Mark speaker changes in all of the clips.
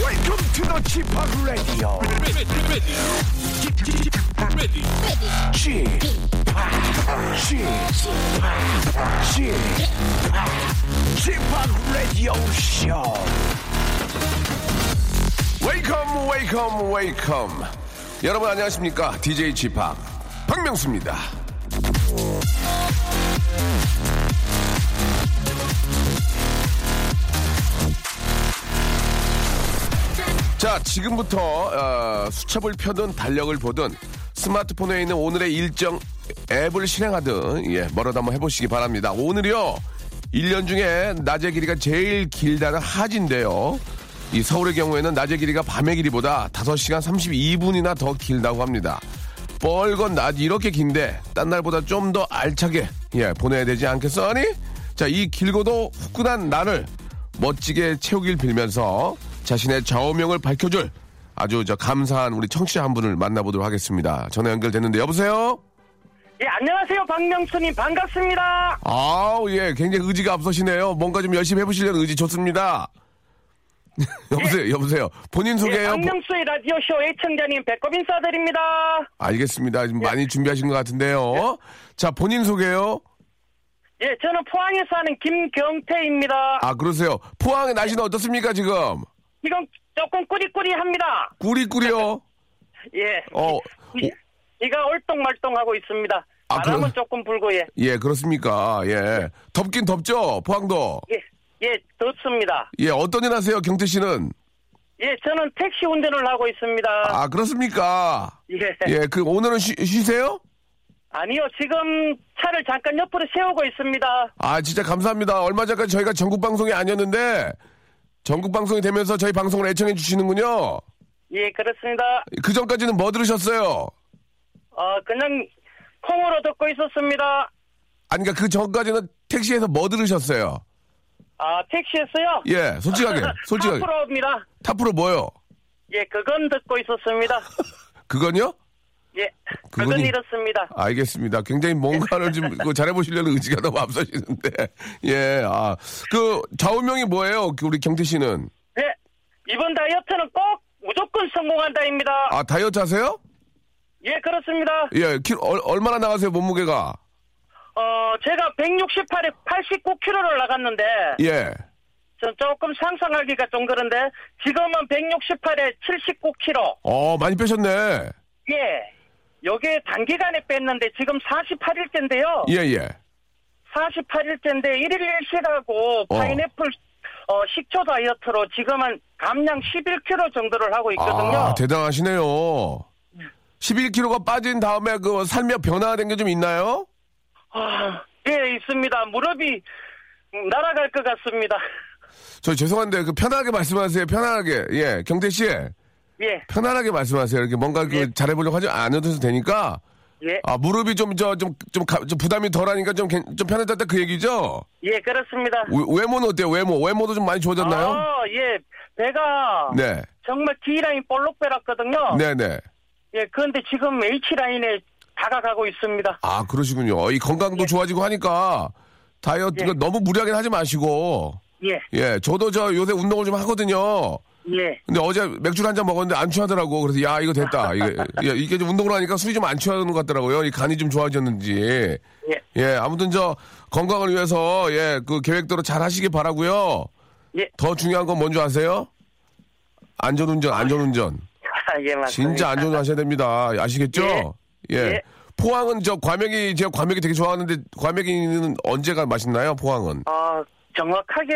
Speaker 1: Welcome to the Chip Radio.
Speaker 2: ready, ready, ready,
Speaker 1: Chip, Chip, Chip, Chip Radio Show.
Speaker 3: 웨이컴 웨이컴 웨이컴 여러분 안녕하십니까 DJ 지팍 박명수입니다 자 지금부터 어, 수첩을 펴든 달력을 보든 스마트폰에 있는 오늘의 일정 앱을 실행하든 예 뭐라도 한번 해보시기 바랍니다 오늘이요 1년 중에 낮의 길이가 제일 길다는 하지인데요 이 서울의 경우에는 낮의 길이가 밤의 길이보다 5시간 32분이나 더 길다고 합니다 뻘건 낮이 이렇게 긴데 딴 날보다 좀 더 알차게 예 보내야 되지 않겠어니? 자 이 길고도 후끈한 날을 멋지게 채우길 빌면서 자신의 좌우명을 밝혀줄 아주 저 감사한 우리 청취자 한 분을 만나보도록 하겠습니다. 전화 연결됐는데 여보세요?
Speaker 4: 예, 안녕하세요, 박명수님. 반갑습니다.
Speaker 3: 아우 예 굉장히 의지가 앞서시네요. 뭔가 좀 열심히 해보시려는 의지 좋습니다. 여보세요 여보세요 본인
Speaker 4: 예,
Speaker 3: 소개요.
Speaker 4: 박명수의 라디오쇼 애청자님, 배꼽 인사드립니다.
Speaker 3: 알겠습니다. 지금 많이 준비하신 것 같은데요. 자 본인 소개요.
Speaker 4: 예, 저는 포항에 사는 김경태입니다.
Speaker 3: 아 그러세요. 포항의 날씨는 어떻습니까 지금?
Speaker 4: 지금 조금 꾸리꾸리합니다.
Speaker 3: 꾸리꾸리요.
Speaker 4: 예.
Speaker 3: 어,
Speaker 4: 이- 이가 얼똥말똥하고 있습니다.
Speaker 3: 아,
Speaker 4: 바람은
Speaker 3: 그럼-
Speaker 4: 조금 불고, 예.
Speaker 3: 예, 그렇습니까. 예. 덥긴 덥죠, 포항도.
Speaker 4: 예, 예, 덥습니다.
Speaker 3: 예, 어떤 일 하세요, 경태 씨는?
Speaker 4: 예, 저는 택시 운전을 하고 있습니다.
Speaker 3: 아, 그렇습니까.
Speaker 4: 예.
Speaker 3: 예, 그, 오늘은 쉬, 쉬세요?
Speaker 4: 아니요, 지금 차를 잠깐 옆으로 세우고 있습니다.
Speaker 3: 아, 진짜 감사합니다. 얼마 전까지 저희가 전국방송이 아니었는데, 전국방송이 되면서 저희 방송을 애청해 주시는군요.
Speaker 4: 예, 그렇습니다.
Speaker 3: 그 전까지는 뭐 들으셨어요?
Speaker 4: 어, 그냥 콩으로 듣고 있었습니다.
Speaker 3: 아니, 그니까 그 전까지는 택시에서 뭐 들으셨어요?
Speaker 4: 아, 택시에서요?
Speaker 3: 예, 솔직하게, 솔직하게.
Speaker 4: 프로입니다.
Speaker 3: 탑프로 뭐요?
Speaker 4: 아, 예, 그건 듣고 있었습니다.
Speaker 3: 그건요?
Speaker 4: 예,
Speaker 3: 그분이-
Speaker 4: 그건 이렇습니다.
Speaker 3: 아. 알겠습니다. 굉장히 뭔가를 좀 그거 잘해보시려는 의지가 너무 앞서시는데. 예, 아. 그, 좌우명이 뭐예요? 그 우리 경태 씨는.
Speaker 4: 예, 이번 다이어트는 꼭 무조건 성공한다입니다.
Speaker 3: 아, 다이어트 하세요?
Speaker 4: 예, 그렇습니다.
Speaker 3: 예, 키, 얼, 얼마나 나가세요, 몸무게가?
Speaker 4: 어, 제가 168에 89kg를 나갔는데,
Speaker 3: 예.
Speaker 4: 전 조금 상상하기가 좀 그런데, 지금은 168에 79kg.
Speaker 3: 어, 많이 빼셨네.
Speaker 4: 예. 요게 단기간에 뺐는데, 지금 48일째인데요.
Speaker 3: 예, 예.
Speaker 4: 48일째인데 1일 일식하고
Speaker 3: 어.
Speaker 4: 파인애플 어, 식초 다이어트로 지금은 감량 11kg 정도를 하고 있거든요.
Speaker 3: 아, 대단하시네요. 11kg가 빠진 다음에 그 삶의 변화된 게 좀 있나요?
Speaker 4: 아, 예, 있습니다. 무릎이 날아갈 것 같습니다.
Speaker 3: 저 죄송한데 그 편하게 말씀하세요. 편하게. 예, 경태 씨.
Speaker 4: 예,
Speaker 3: 편안하게 말씀하세요. 이렇게 뭔가 그
Speaker 4: 예.
Speaker 3: 잘해보려고 하지 않아도 되니까
Speaker 4: 예,
Speaker 3: 아 무릎이 좀 저 좀 좀 부담이 덜하니까 좀 괜- 좀 편해졌다 그 얘기죠?
Speaker 4: 예, 그렇습니다.
Speaker 3: 외- 외모는 어때요? 외모 외모도 좀 많이 좋아졌나요?
Speaker 4: 아, 예, 배가
Speaker 3: 네,
Speaker 4: 정말 D라인 볼록배랐거든요.
Speaker 3: 네, 네.
Speaker 4: 예, 그런데 지금 H라인에 다가가고 있습니다.
Speaker 3: 아 그러시군요. 이 건강도 좋아지고 하니까 다이어트가
Speaker 4: 예.
Speaker 3: 너무 무리하게 하지 마시고
Speaker 4: 예,
Speaker 3: 예, 저도 저 요새 운동을 좀 하거든요.
Speaker 4: 예.
Speaker 3: 근데 어제 맥주 를 한 잔 먹었는데 안 취하더라고. 그래서 야 이거 됐다. 이게 예, 이게 좀 운동을 하니까 술이 좀 안 취하는 것 같더라고요. 이 간이 좀 좋아졌는지.
Speaker 4: 예.
Speaker 3: 예, 아무튼 저 건강을 위해서 예, 그 계획대로 잘 하시기 바라고요.
Speaker 4: 예.
Speaker 3: 더 중요한 건 뭔지 아세요? 안전운전, 안전운전.
Speaker 4: 예, 맞습니다.
Speaker 3: 진짜 안전운전하셔야 됩니다. 아시겠죠? 예.
Speaker 4: 예.
Speaker 3: 포항은 저 과메기 제가 과메기 되게 좋아하는데 과메기는 언제가 맛있나요? 포항은?
Speaker 4: 어, 정확하게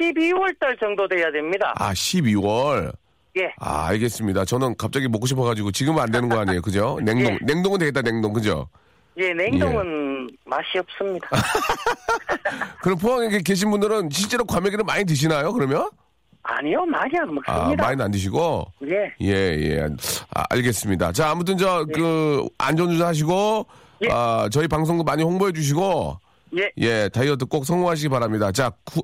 Speaker 4: 12월 달 정도 돼야 됩니다.
Speaker 3: 아, 12월.
Speaker 4: 예.
Speaker 3: 아, 알겠습니다. 저는 갑자기 먹고 싶어가지고 지금은 안 되는 거 아니에요, 그죠? 냉동, 냉동은 되겠다, 냉동, 그죠?
Speaker 4: 예, 냉동은 맛이 없습니다.
Speaker 3: 그럼 포항에 계신 분들은 실제로 과메기를 많이 드시나요? 그러면?
Speaker 4: 아니요, 많이 안
Speaker 3: 아,
Speaker 4: 먹습니다.
Speaker 3: 많이는 안 드시고.
Speaker 4: 예,
Speaker 3: 예, 예. 아, 알겠습니다. 자, 아무튼 저, 그, 안전운전 하시고,
Speaker 4: 예.
Speaker 3: 아, 저희 방송도 많이 홍보해 주시고,
Speaker 4: 예,
Speaker 3: 예, 다이어트 꼭 성공하시기 바랍니다. 자, 구,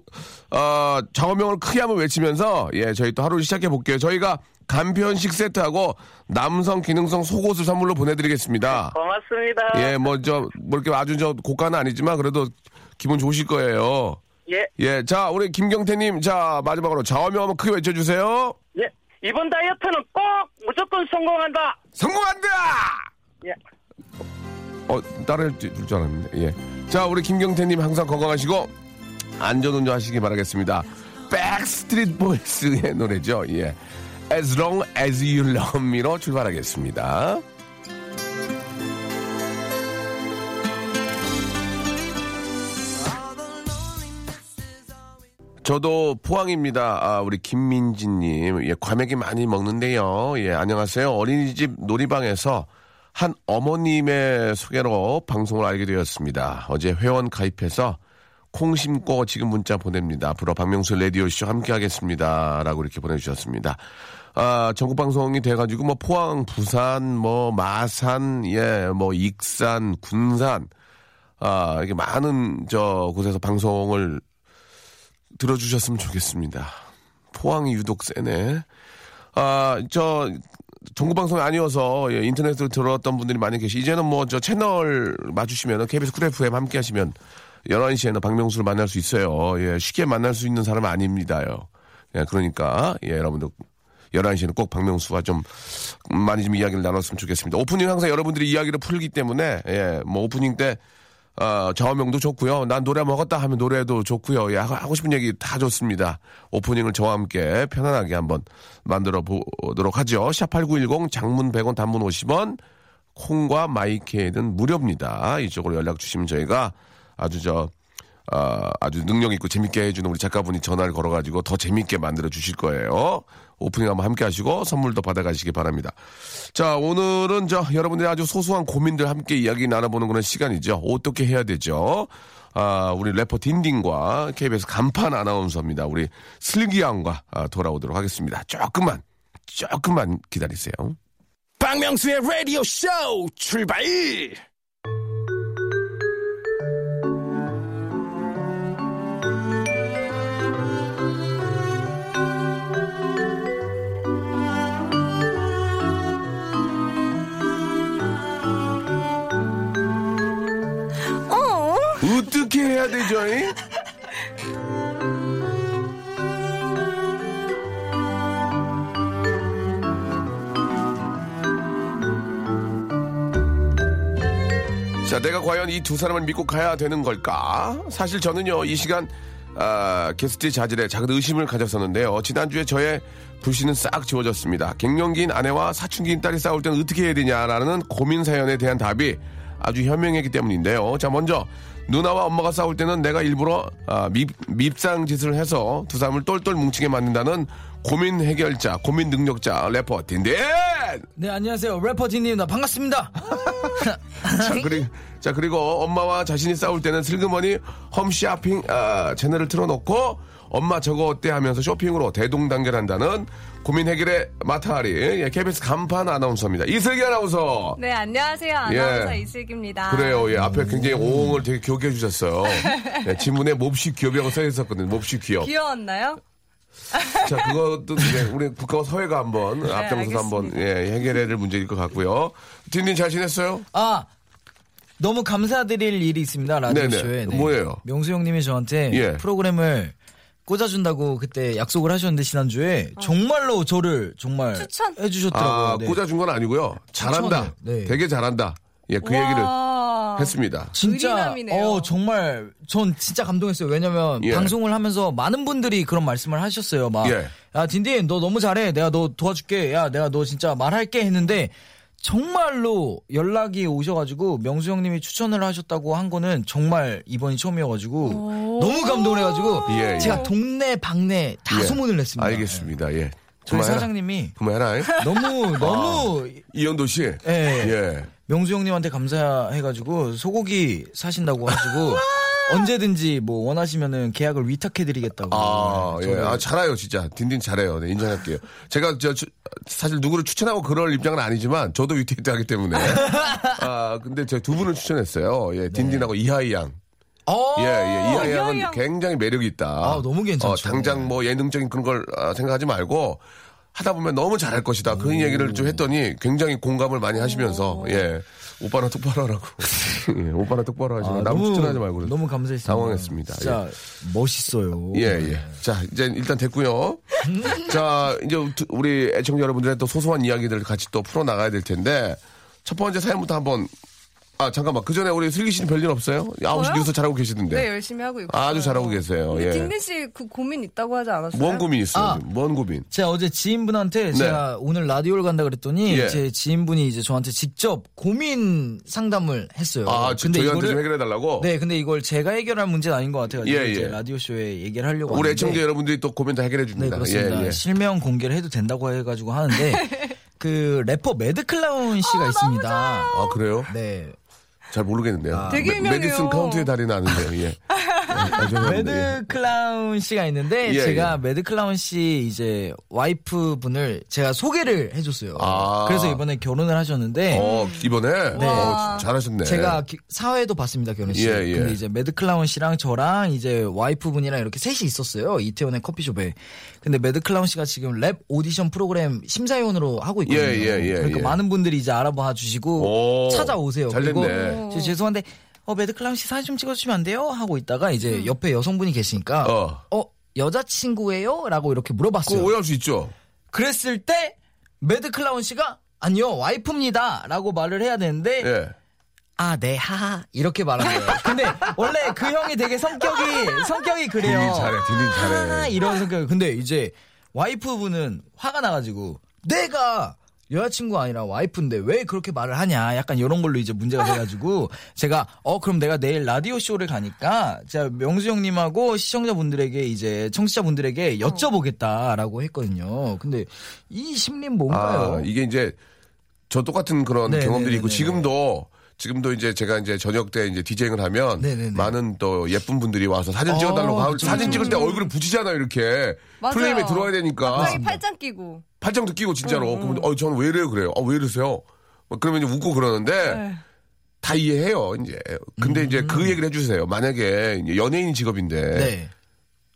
Speaker 3: 어, 장어명을 크게 한번 외치면서, 예, 저희 또 하루를 시작해 볼게요. 저희가 간편식 세트하고 남성 기능성 속옷을 선물로 보내드리겠습니다.
Speaker 4: 고맙습니다.
Speaker 3: 예, 뭐, 저, 뭐, 이렇게 아주 저 고가는 아니지만 그래도 기분 좋으실 거예요.
Speaker 4: 예,
Speaker 3: 예, 자, 우리 김경태님, 자, 마지막으로 좌우명 한번 크게 외쳐주세요.
Speaker 4: 예. 이번 다이어트는 꼭 무조건 성공한다.
Speaker 3: 성공한다!
Speaker 4: 예.
Speaker 3: 어, 따라할 줄- 줄줄 알았는데, 예. 자, 우리 김경태님 항상 건강하시고, 안전운전 하시기 바라겠습니다. 백스트리트 보이스의 노래죠, 예. As long as you love me로 출발하겠습니다. 저도 포항입니다. 아, 우리 김민지님. 예, 과메기 많이 먹는데요. 예, 안녕하세요. 어린이집 놀이방에서 한 어머님의 소개로 방송을 알게 되었습니다. 어제 회원 가입해서 콩 심고 지금 문자 보냅니다. 앞으로 박명수 라디오쇼 함께 하겠습니다. 라고 이렇게 보내주셨습니다. 아, 전국 방송이 돼가지고 뭐 포항, 부산, 뭐 마산, 예, 뭐 익산, 군산, 아, 이렇게 많은 저 곳에서 방송을 들어주셨으면 좋겠습니다. 포항이 유독 세네. 아, 저, 전국방송이 아니어서 예, 인터넷으로 들어왔던 분들이 많이 계시 이제는 뭐 저 채널 맞추시면 KBS 쿨 FM 함께 하시면 11시에는 박명수를 만날 수 있어요. 예, 쉽게 만날 수 있는 사람은 아닙니다요. 예, 그러니까, 예, 여러분들 11시에는 꼭 박명수와 좀 많이 좀 이야기를 나눴으면 좋겠습니다. 오프닝 항상 여러분들이 이야기를 풀기 때문에, 예, 뭐 오프닝 때 어, 저명도 좋고요. 난 노래 먹었다 하면 노래도 좋고요. 예, 하- 하고 싶은 얘기 다 좋습니다. 오프닝을 저와 함께 편안하게 한번 만들어 보도록 하죠. 샵8910 장문 100원 단문 50원 콩과 마이케이는 무료입니다. 이쪽으로 연락 주시면 저희가 아주 저 아, 아주 능력 있고 재밌게 해주는 우리 작가분이 전화를 걸어가지고 더 재밌게 만들어 주실 거예요. 오프닝 한번 함께 하시고 선물도 받아가시기 바랍니다. 자, 오늘은 저 여러분들의 아주 소소한 고민들 함께 이야기 나눠보는 그런 시간이죠. 어떻게 해야 되죠? 아, 우리 래퍼 딘딘과 KBS 간판 아나운서입니다. 우리 슬기양과 아, 돌아오도록 하겠습니다. 조금만, 조금만 기다리세요.
Speaker 1: 박명수의 라디오 쇼 출발!
Speaker 5: 어?
Speaker 3: 어떻게 해야 되죠? 잉? 자, 내가 과연 이 두 사람을 믿고 가야 되는 걸까? 사실 저는요, 이 시간, 아, 게스트 자질에 작은 의심을 가졌었는데요. 지난주에 저의 불신은 싹 지워졌습니다. 갱년기인 아내와 사춘기인 딸이 싸울 때는 어떻게 해야 되냐라는 고민 사연에 대한 답이 아주 현명했기 때문인데요. 자, 먼저, 누나와 엄마가 싸울 때는 내가 일부러 아, 밉, 밉상 짓을 해서 두 사람을 똘똘 뭉치게 만든다는 고민 해결자, 고민 능력자, 래퍼, 딘딘!
Speaker 6: 네 안녕하세요 래퍼 진입니다 반갑습니다
Speaker 3: 자, 아, 그리, 자, 그리고 엄마와 자신이 싸울 때는 슬그머니 홈쇼핑 아, 채널을 틀어놓고 엄마 저거 어때 하면서 쇼핑으로 대동단결한다는 고민 해결의 마타리 예, KBS 간판 아나운서입니다. 이슬기 아나운서.
Speaker 5: 네, 안녕하세요. 아나운서
Speaker 3: 예.
Speaker 5: 이슬기입니다.
Speaker 3: 그래요. 예, 앞에 굉장히 오응을 되게 귀엽게 해주셨어요. 예, 지문에 몹시 귀엽이라고 써있었거든요. 몹시 귀엽.
Speaker 5: 귀여웠나요?
Speaker 3: 자, 그것도 이제 우리 국가와 사회가 한번 앞장서서 한번 예, 해결해야 될 문제일 것 같고요. 딘딘 잘 지냈어요?
Speaker 6: 아 너무 감사드릴 일이 있습니다
Speaker 3: 네네.
Speaker 6: 라디오쇼에 네.
Speaker 3: 뭐예요?
Speaker 6: 명수 형님이 저한테
Speaker 3: 예.
Speaker 6: 프로그램을 꽂아준다고 그때 약속을 하셨는데 지난주에 정말로 저를 정말
Speaker 5: 아. 추천?
Speaker 6: 해주셨더라고요
Speaker 3: 아,
Speaker 6: 네.
Speaker 3: 꽂아준 건 아니고요. 잘한다.
Speaker 6: 추천을, 네.
Speaker 3: 되게 잘한다. 예, 그 얘기를
Speaker 5: 와.
Speaker 3: 했습니다.
Speaker 6: 진짜
Speaker 5: 의리남이네요.
Speaker 6: 어 정말 전 진짜 감동했어요 왜냐면
Speaker 3: 예.
Speaker 6: 방송을 하면서 많은 분들이 그런 말씀을 하셨어요 막
Speaker 3: 예.
Speaker 6: 야 딘딘 너 너무 잘해 내가 너 도와줄게 야 내가 너 진짜 말할게 했는데 정말로 연락이 오셔가지고 명수 형님이 추천을 하셨다고 한 거는 정말 이번이 처음이어가지고 너무 감동을 해가지고
Speaker 3: 예, 예.
Speaker 6: 제가 동네 방네 다
Speaker 3: 예.
Speaker 6: 소문을 냈습니다 네.
Speaker 3: 알겠습니다. 예.
Speaker 6: 저희
Speaker 3: 그만해라.
Speaker 6: 사장님이
Speaker 3: 그만해라. 예.
Speaker 6: 너무 너무
Speaker 3: 이현도 씨. 예.
Speaker 6: 명수 형님한테 감사해가지고 소고기 사신다고 하시고 언제든지 뭐 원하시면은 계약을 위탁해드리겠다고.
Speaker 3: 아,
Speaker 6: 네,
Speaker 3: 예.
Speaker 6: 저를.
Speaker 3: 아, 잘해요, 진짜. 딘딘 잘해요. 네, 인정할게요. 제가, 저, 추- 사실 누구를 추천하고 그럴 입장은 아니지만, 저도 위태위태 하기 때문에. 아, 근데 제가 두 분을 추천했어요. 예, 딘딘하고
Speaker 6: 네.
Speaker 3: 이하이 양.
Speaker 6: 어!
Speaker 3: 예, 예. 이하이 양은
Speaker 5: 이하이 양.
Speaker 3: 굉장히 매력이 있다.
Speaker 6: 아, 너무 괜찮죠.
Speaker 3: 어, 당장 뭐 예능적인 그런 걸 아, 생각하지 말고 하다 보면 너무 잘할 것이다. 그런 얘기를 좀 했더니 굉장히 공감을 많이 하시면서 예. 오빠랑 똑바로 하라고. 예, 오빠랑 똑바로 하시고
Speaker 6: 아,
Speaker 3: 남 추천하지 말고. 그래서.
Speaker 6: 너무 감사했습니다.
Speaker 3: 당황했습니다.
Speaker 6: 진짜 멋있어요.
Speaker 3: 예, 예. 자, 이제 일단 됐고요. 자, 이제 두- 우리 애청자 여러분들의 또 소소한 이야기들을 같이 또 풀어나가야 될 텐데, 첫 번째 사연부터 한번, 아, 잠깐만. 그 전에 우리 슬기 씨는 별일 없어요? 아홉 시
Speaker 7: 저요?
Speaker 3: 뉴스 잘하고 계시던데.
Speaker 7: 네, 열심히 하고 있고.
Speaker 3: 아주 잘하고 계세요.
Speaker 7: 근데
Speaker 3: 예.
Speaker 7: 딩근 씨 그 고민 있다고 하지 않았어요?
Speaker 3: 뭔 고민 있어요?
Speaker 6: 아.
Speaker 3: 뭔 고민?
Speaker 6: 제가 어제 지인분한테 제가 오늘 라디오를 간다 그랬더니
Speaker 3: 네. 예.
Speaker 6: 제 지인분이 이제 저한테 직접 고민 상담을 했어요.
Speaker 3: 아, 지금 저희한테 좀 해결해 달라고?
Speaker 6: 네, 근데 이걸 제가 해결할 문제는 아닌 것 같아요.
Speaker 3: 예,
Speaker 6: 이제
Speaker 3: 예.
Speaker 6: 라디오 쇼에 얘기를 하려고
Speaker 3: 우리
Speaker 6: 하는데.
Speaker 3: 애청자 여러분들이 또 고민 다 해결해
Speaker 6: 네,
Speaker 3: 줍니다.
Speaker 6: 그렇습니다.
Speaker 3: 예, 예.
Speaker 6: 실명 공개를 해도 된다고 해가지고 하는데 그 래퍼 매드클라운
Speaker 3: 어,
Speaker 6: 씨가 있습니다.
Speaker 3: 아, 그래요?
Speaker 6: 네. 아.
Speaker 3: 잘 모르겠는데요.
Speaker 7: 되게
Speaker 3: 메-
Speaker 7: 유명해요.
Speaker 3: 메디슨 카운트의 달인 아는데요. 예. 아, 죄송합니다. 예.
Speaker 6: 매드클라운 씨가 있는데
Speaker 3: 예,
Speaker 6: 제가
Speaker 3: 예.
Speaker 6: 매드클라운 씨 이제 와이프 분을 제가 소개를 해줬어요.
Speaker 3: 아.
Speaker 6: 그래서 이번에 결혼을 하셨는데
Speaker 3: 어, 이번에? 어, 잘하셨네.
Speaker 6: 네. 제가 기- 사회도 봤습니다 결혼식.
Speaker 3: 예, 예.
Speaker 6: 근데 이제 매드클라운 씨랑 저랑 이제 와이프분이랑 이렇게 셋이 있었어요 이태원의 커피숍에. 근데 매드클라운 씨가 지금 랩 오디션 프로그램 심사위원으로 하고 있거든요.
Speaker 3: 예, 예, 예,
Speaker 6: 그러니까
Speaker 3: 예.
Speaker 6: 많은 분들이 이제 알아봐 주시고
Speaker 3: 오,
Speaker 6: 찾아오세요.
Speaker 3: 잘
Speaker 6: 그리고
Speaker 3: 됐네.
Speaker 6: 저 죄송한데 어 매드클라운 씨 사진 좀 찍어주시면 안 돼요? 하고 있다가 이제 옆에 여성분이 계시니까
Speaker 3: 어.
Speaker 6: 어, 여자친구예요?라고 이렇게 물어봤어요.
Speaker 3: 그거 오해할 수 있죠?
Speaker 6: 그랬을 때 매드클라운 씨가 아니요 와이프입니다라고 말을 해야 되는데.
Speaker 3: 예.
Speaker 6: 아, 네, 하하. 이렇게 말하는 거예요. 근데 원래 그 형이 되게 성격이, 성격이 그래요.
Speaker 7: 어.
Speaker 3: 딜링 잘해, 딜링 잘해.
Speaker 6: 하하, 이런 성격이. 근데 이제 와이프분은 화가 나가지고 내가 여자친구 아니라 와이프인데 왜 그렇게 말을 하냐. 약간 이런 걸로 이제 문제가 돼가지고 제가 어, 그럼 내가 내일 라디오 쇼를 가니까 제가 명수 형님하고 시청자분들에게 이제 청취자분들에게 여쭤보겠다라고 했거든요. 근데 이 심리는 뭔가요?
Speaker 3: 아, 이게 이제 저 똑같은 그런
Speaker 6: 네,
Speaker 3: 경험들이
Speaker 6: 네,
Speaker 3: 있고
Speaker 6: 네, 네.
Speaker 3: 지금도 지금도 이제 제가 이제 저녁 때 이제 디제잉을 하면
Speaker 6: 네, 네, 네.
Speaker 3: 많은 또 예쁜 분들이 와서 사진
Speaker 6: 어,
Speaker 3: 찍어달라고 하고
Speaker 6: 그쵸,
Speaker 3: 사진
Speaker 6: 그쵸.
Speaker 3: 찍을 때 얼굴을 붙이잖아요 이렇게
Speaker 7: 맞아요.
Speaker 3: 프레임에 들어와야 되니까
Speaker 7: 갑자기 팔짱 네. 끼고.
Speaker 3: 팔짱도 끼고 진짜로 그러면 어 저는 왜 이래요 그래요 어 왜 이러세요 막 그러면 이제 웃고 그러는데
Speaker 7: 네.
Speaker 3: 다 이해해요 이제 근데 이제 그 얘기를 해주세요 만약에 이제 연예인 직업인데
Speaker 6: 음. 네.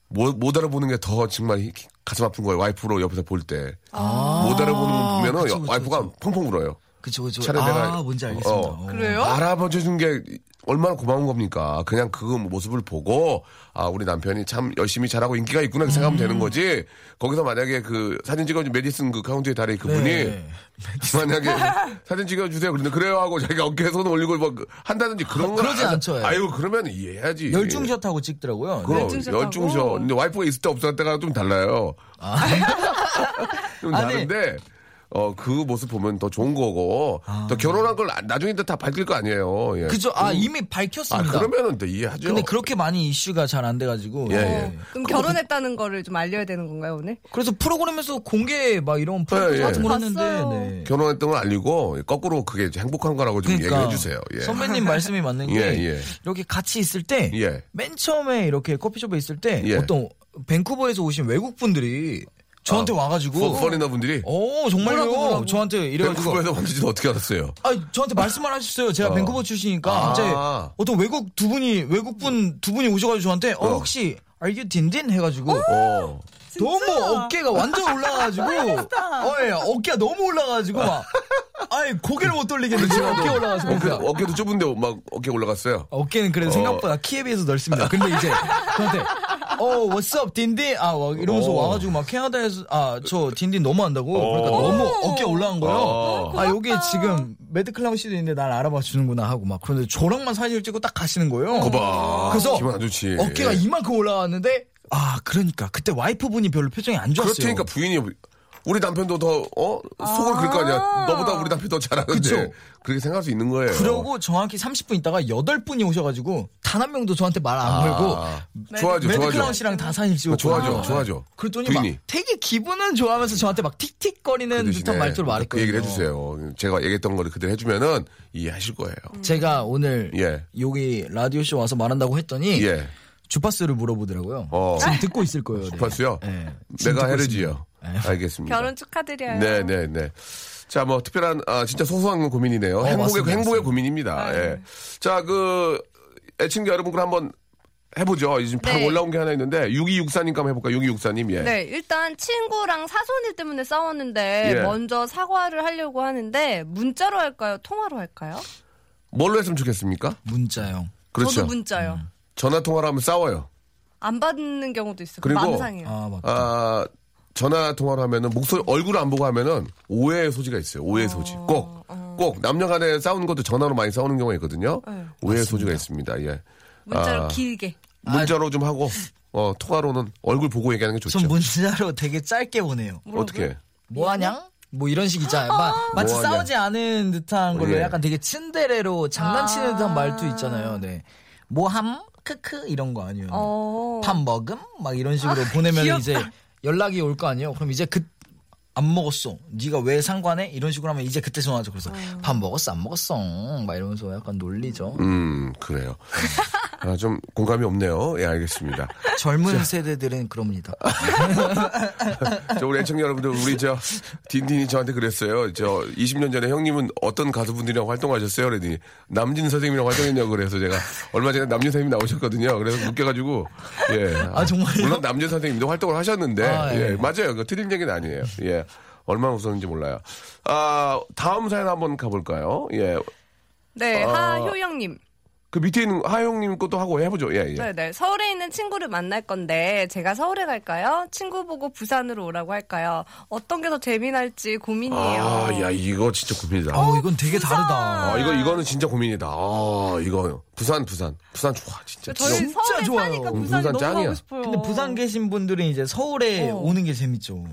Speaker 3: 못, 못 알아보는 게 더 정말 히- 가슴 아픈 거예요. 와이프로 옆에서 볼 때. 못 알아보는 보면은
Speaker 6: 아. 그쵸, 그쵸,
Speaker 3: 와이프가 펑펑 울어요.
Speaker 6: 그쵸, 그쵸.
Speaker 3: 차라리
Speaker 6: 아,
Speaker 3: 내가-
Speaker 6: 뭔지 알겠습니다.
Speaker 3: 어.
Speaker 6: 어.
Speaker 7: 그래요?
Speaker 3: 알아봐 주는 게 얼마나 고마운 겁니까? 그냥 그 모습을 보고 아 우리 남편이 참 열심히 잘하고 인기가 있구나 이렇게 생각하면
Speaker 6: 음.
Speaker 3: 되는 거지. 거기서 만약에 그 사진 찍어준 메디슨 그 카운트의 달인 그분이
Speaker 6: 네.
Speaker 3: 만약에 사진 찍어주세요. 그런데 그래요 하고 자기가 어깨에 손 올리고 뭐 한다든지 그런 건
Speaker 6: 그러진
Speaker 3: 안-
Speaker 6: 않죠, 예.
Speaker 3: 아이고 그러면 이해해야지.
Speaker 6: 열중샷하고 찍더라고요.
Speaker 3: 예.
Speaker 6: 아.
Speaker 3: 그럼
Speaker 7: 열중샷하고.
Speaker 3: 열중셔. 근데 와이프가 있을 때 없을 때가 좀 달라요. 좀
Speaker 6: 아니.
Speaker 3: 다른데 어 그 모습 보면 더 좋은 거고 또 결혼한 걸 나중에 다 밝힐 거 아니에요. 예.
Speaker 6: 아. 그죠? 아
Speaker 3: 음.
Speaker 6: 이미
Speaker 3: 아,
Speaker 6: 밝혔습니다.
Speaker 3: 그러면은 또 이해하죠.
Speaker 6: 근데 그렇게 많이 이슈가 잘 안 돼가지고.
Speaker 3: 예,
Speaker 6: 네.
Speaker 3: 예.
Speaker 7: 어. 그럼 결혼했다는 거를 좀 알려야 되는 건가요, 오늘?
Speaker 6: 그래서 프로그램에서 공개 막 이런 프로그램
Speaker 3: 예, 예.
Speaker 6: 같은 걸 했는데.
Speaker 7: 봤어요.
Speaker 6: 네.
Speaker 3: 결혼했던 걸 알리고 예, 거꾸로 그게 이제 행복한 거라고 좀 얘기해 주세요. 예.
Speaker 6: 그러니까 선배님 말씀이 맞는 게
Speaker 3: 예, 예.
Speaker 6: 이렇게 같이 있을 때 맨
Speaker 3: 예.
Speaker 6: 처음에 이렇게 커피숍에 있을 때
Speaker 3: 예.
Speaker 6: 어떤 밴쿠버에서 오신 외국 분들이
Speaker 3: 아,
Speaker 6: 저한테 와가지고
Speaker 3: 퍼리너 분들이
Speaker 6: 오 정말요?
Speaker 7: 뭐라고, 뭐라고.
Speaker 6: 저한테 이래가지고
Speaker 3: 밴쿠버에서 왔는지도 어떻게 알았어요?
Speaker 6: 아, 저한테 말씀만 하셨어요. 제가 밴쿠버 출신이니까
Speaker 3: 아.
Speaker 6: 갑자기 어떤 외국 두 분이 외국 분 두 분이 오셔가지고 저한테 어,
Speaker 3: 어.
Speaker 6: 혹시 Are you 딘딘 해가지고
Speaker 3: 어.
Speaker 6: 너무 어깨가 완전 올라가지고 어, 예, 어깨가 너무 올라가지고 막 아니 고개를 못 돌리겠는데 어깨 올라가서
Speaker 3: 어깨, 그
Speaker 6: 어깨, 어,
Speaker 3: 어깨도 좁은데 막 어깨 올라갔어요.
Speaker 6: 어깨는 그래도 생각보다 키에 비해서 넓습니다. 근데 이제 저한테 어 what's up 딘딘 아 와, 이러면서
Speaker 3: 어.
Speaker 6: 와가지고 막 캐나다에서 아 저 딘딘 너무 한다고 그러니까 너무 어깨 올라간 거예요.
Speaker 3: 어.
Speaker 6: 아, 여기 지금 매드클라운 씨도 있는데 날 알아봐 주는구나 하고 막 그런데 저랑만 사진을 찍고 딱 가시는 거예요.
Speaker 3: 거봐.
Speaker 6: 그래서
Speaker 3: 기분 안 좋지.
Speaker 6: 어깨가
Speaker 3: 예.
Speaker 6: 이만큼 올라왔는데 아 그러니까 그때 와이프분이 별로 표정이 안 좋았어요.
Speaker 3: 그렇다니까 부인이 우리 남편도 더 어? 속을 그럴 거 아니야. 너보다 우리 남편 더 잘하는데.
Speaker 6: 그쵸.
Speaker 3: 그렇게 생각할 수 있는 거예요.
Speaker 6: 그러고 정확히 30분 있다가 여덟 분이 오셔가지고 단 한 명도 저한테 말 안 걸고
Speaker 3: 아, 좋아하죠.
Speaker 6: 매드클라운
Speaker 3: 좋아하죠.
Speaker 6: 씨랑 다 사진 찍었고
Speaker 3: 좋아하죠. 좋아하죠.
Speaker 6: 그랬더니
Speaker 3: 부인이.
Speaker 6: 막 되게 기분은 좋아하면서 저한테 막 틱틱거리는 듯한 말투로 말했거든요.
Speaker 3: 그 얘기를 해주세요. 제가 얘기했던 거를 그대로 해주면은 이해하실 거예요.
Speaker 6: 제가 오늘
Speaker 3: 예.
Speaker 6: 여기 라디오 쇼 와서 말한다고 했더니
Speaker 3: 예.
Speaker 6: 주파수를 물어보더라고요.
Speaker 3: 어.
Speaker 6: 지금 듣고 있을 거예요. 예. 네.
Speaker 3: 주파수요?
Speaker 6: 네. 지금
Speaker 3: 내가
Speaker 6: 듣고
Speaker 3: 헤르지요. 알겠습니다.
Speaker 7: 결혼 축하드려요.
Speaker 3: 네, 네, 네. 자, 뭐 특별한 아 진짜 소소한 고민이네요. 행복의
Speaker 6: 맞습니다,
Speaker 3: 행복의
Speaker 6: 맞습니다.
Speaker 3: 고민입니다. 예. 자, 그 애칭자 여러분 그럼 한번 해보죠. 지금 바로
Speaker 7: 네.
Speaker 3: 올라온 게 하나 있는데 6264님 한번 해볼까? 요 6264님 예.
Speaker 7: 네, 일단 친구랑 사소한 일 때문에 싸웠는데
Speaker 3: 예.
Speaker 7: 먼저 사과를 하려고 하는데 문자로 할까요? 통화로 할까요?
Speaker 3: 뭘로 했으면 좋겠습니까?
Speaker 6: 문자형.
Speaker 3: 그렇죠.
Speaker 7: 저도 문자요.
Speaker 3: 전화 통화를 하면 싸워요.
Speaker 7: 안 받는 경우도 있어요.
Speaker 3: 그리고-
Speaker 7: 망상이에요.
Speaker 6: 아, 맞다.
Speaker 3: 아, 전화 통화로 하면은 목소리 얼굴 안 보고 하면은 오해의 소지가 있어요. 오해의 소지. 꼭. 꼭 남녀간에 싸우는 것도 전화로 많이 싸우는 경우가 있거든요. 오해의 소지가 있습니다. 예.
Speaker 7: 문자로
Speaker 3: 아,
Speaker 7: 길게.
Speaker 3: 문자로 좀 하고 어, 통화로는 얼굴 보고 얘기하는 게
Speaker 6: 전
Speaker 3: 좋죠.
Speaker 6: 문자로 되게 짧게 보내요.
Speaker 3: 어떻게?
Speaker 6: 뭐하냐? 뭐 이런 식 뭐, 있잖아요. 마, 마치
Speaker 3: 뭐하냐?
Speaker 6: 싸우지 않은 듯한 걸로
Speaker 3: 예.
Speaker 6: 약간 되게 츤데레로 장난치는 듯한 말투 있잖아요. 네. 뭐함? 크크 이런 거 아니에요.
Speaker 3: 음.
Speaker 7: 어. 아,
Speaker 6: 밥 먹음? 막 이런 식으로 보내면
Speaker 7: 귀엽다.
Speaker 6: 이제 연락이 올 거 아니에요. 그럼 이제 그 안 먹었어. 네가 왜 상관해? 이런 식으로 하면 이제 그때 전화하죠. 그래서 밥 먹었어, 안 먹었어. 막 이러면서 약간 놀리죠.
Speaker 3: 음, 그래요. 아, 좀 공감이 없네요. 예, 알겠습니다.
Speaker 6: 젊은 세대들은 그럽니다.
Speaker 7: 어,
Speaker 3: 저 우리 애청자 여러분들 우리 저 딘딘이 저한테 그랬어요. 저 20년 전에 형님은 어떤 가수분들이랑 활동하셨어요? 그랬더니 남진 선생님이랑 활동했냐고 그래서 제가 얼마 전에 남진 선생님 나오셨거든요. 그래서 웃겨가지고 예.
Speaker 6: 아, 정말요?
Speaker 3: 물론 남진 선생님도 활동을 하셨는데
Speaker 6: 아,
Speaker 3: 예.
Speaker 6: 예.
Speaker 3: 맞아요. 그 틀린 얘기는 아니에요. 예. 얼마나 웃었는지 몰라요. 아 다음 사연 한번 가볼까요? 예.
Speaker 7: 네,
Speaker 3: 아.
Speaker 7: 하효영님.
Speaker 3: 그 밑에 있는 하영님 것도 하고 해보죠. 예, 예.
Speaker 7: 네, 네. 서울에 있는 친구를 만날 건데 제가 서울에 갈까요? 친구 보고 부산으로 오라고 할까요? 어떤 게 더 재미날지 고민이에요.
Speaker 3: 아, 야 이거 진짜 고민이다.
Speaker 6: 어, 이건 되게 다르다.
Speaker 3: 아, 이거, 이거는 진짜 고민이다. 아, 이거. 부산, 부산. 부산 좋아, 진짜.
Speaker 7: 저희
Speaker 3: 진짜.
Speaker 7: 서울에
Speaker 6: 좋아요.
Speaker 7: 사니까
Speaker 3: 음, 부산
Speaker 7: 부산이 너무
Speaker 3: 짱이야.
Speaker 7: 가고 싶어요.
Speaker 6: 근데 부산 계신 분들은 이제 서울에
Speaker 7: 어.
Speaker 6: 오는 게 재밌죠.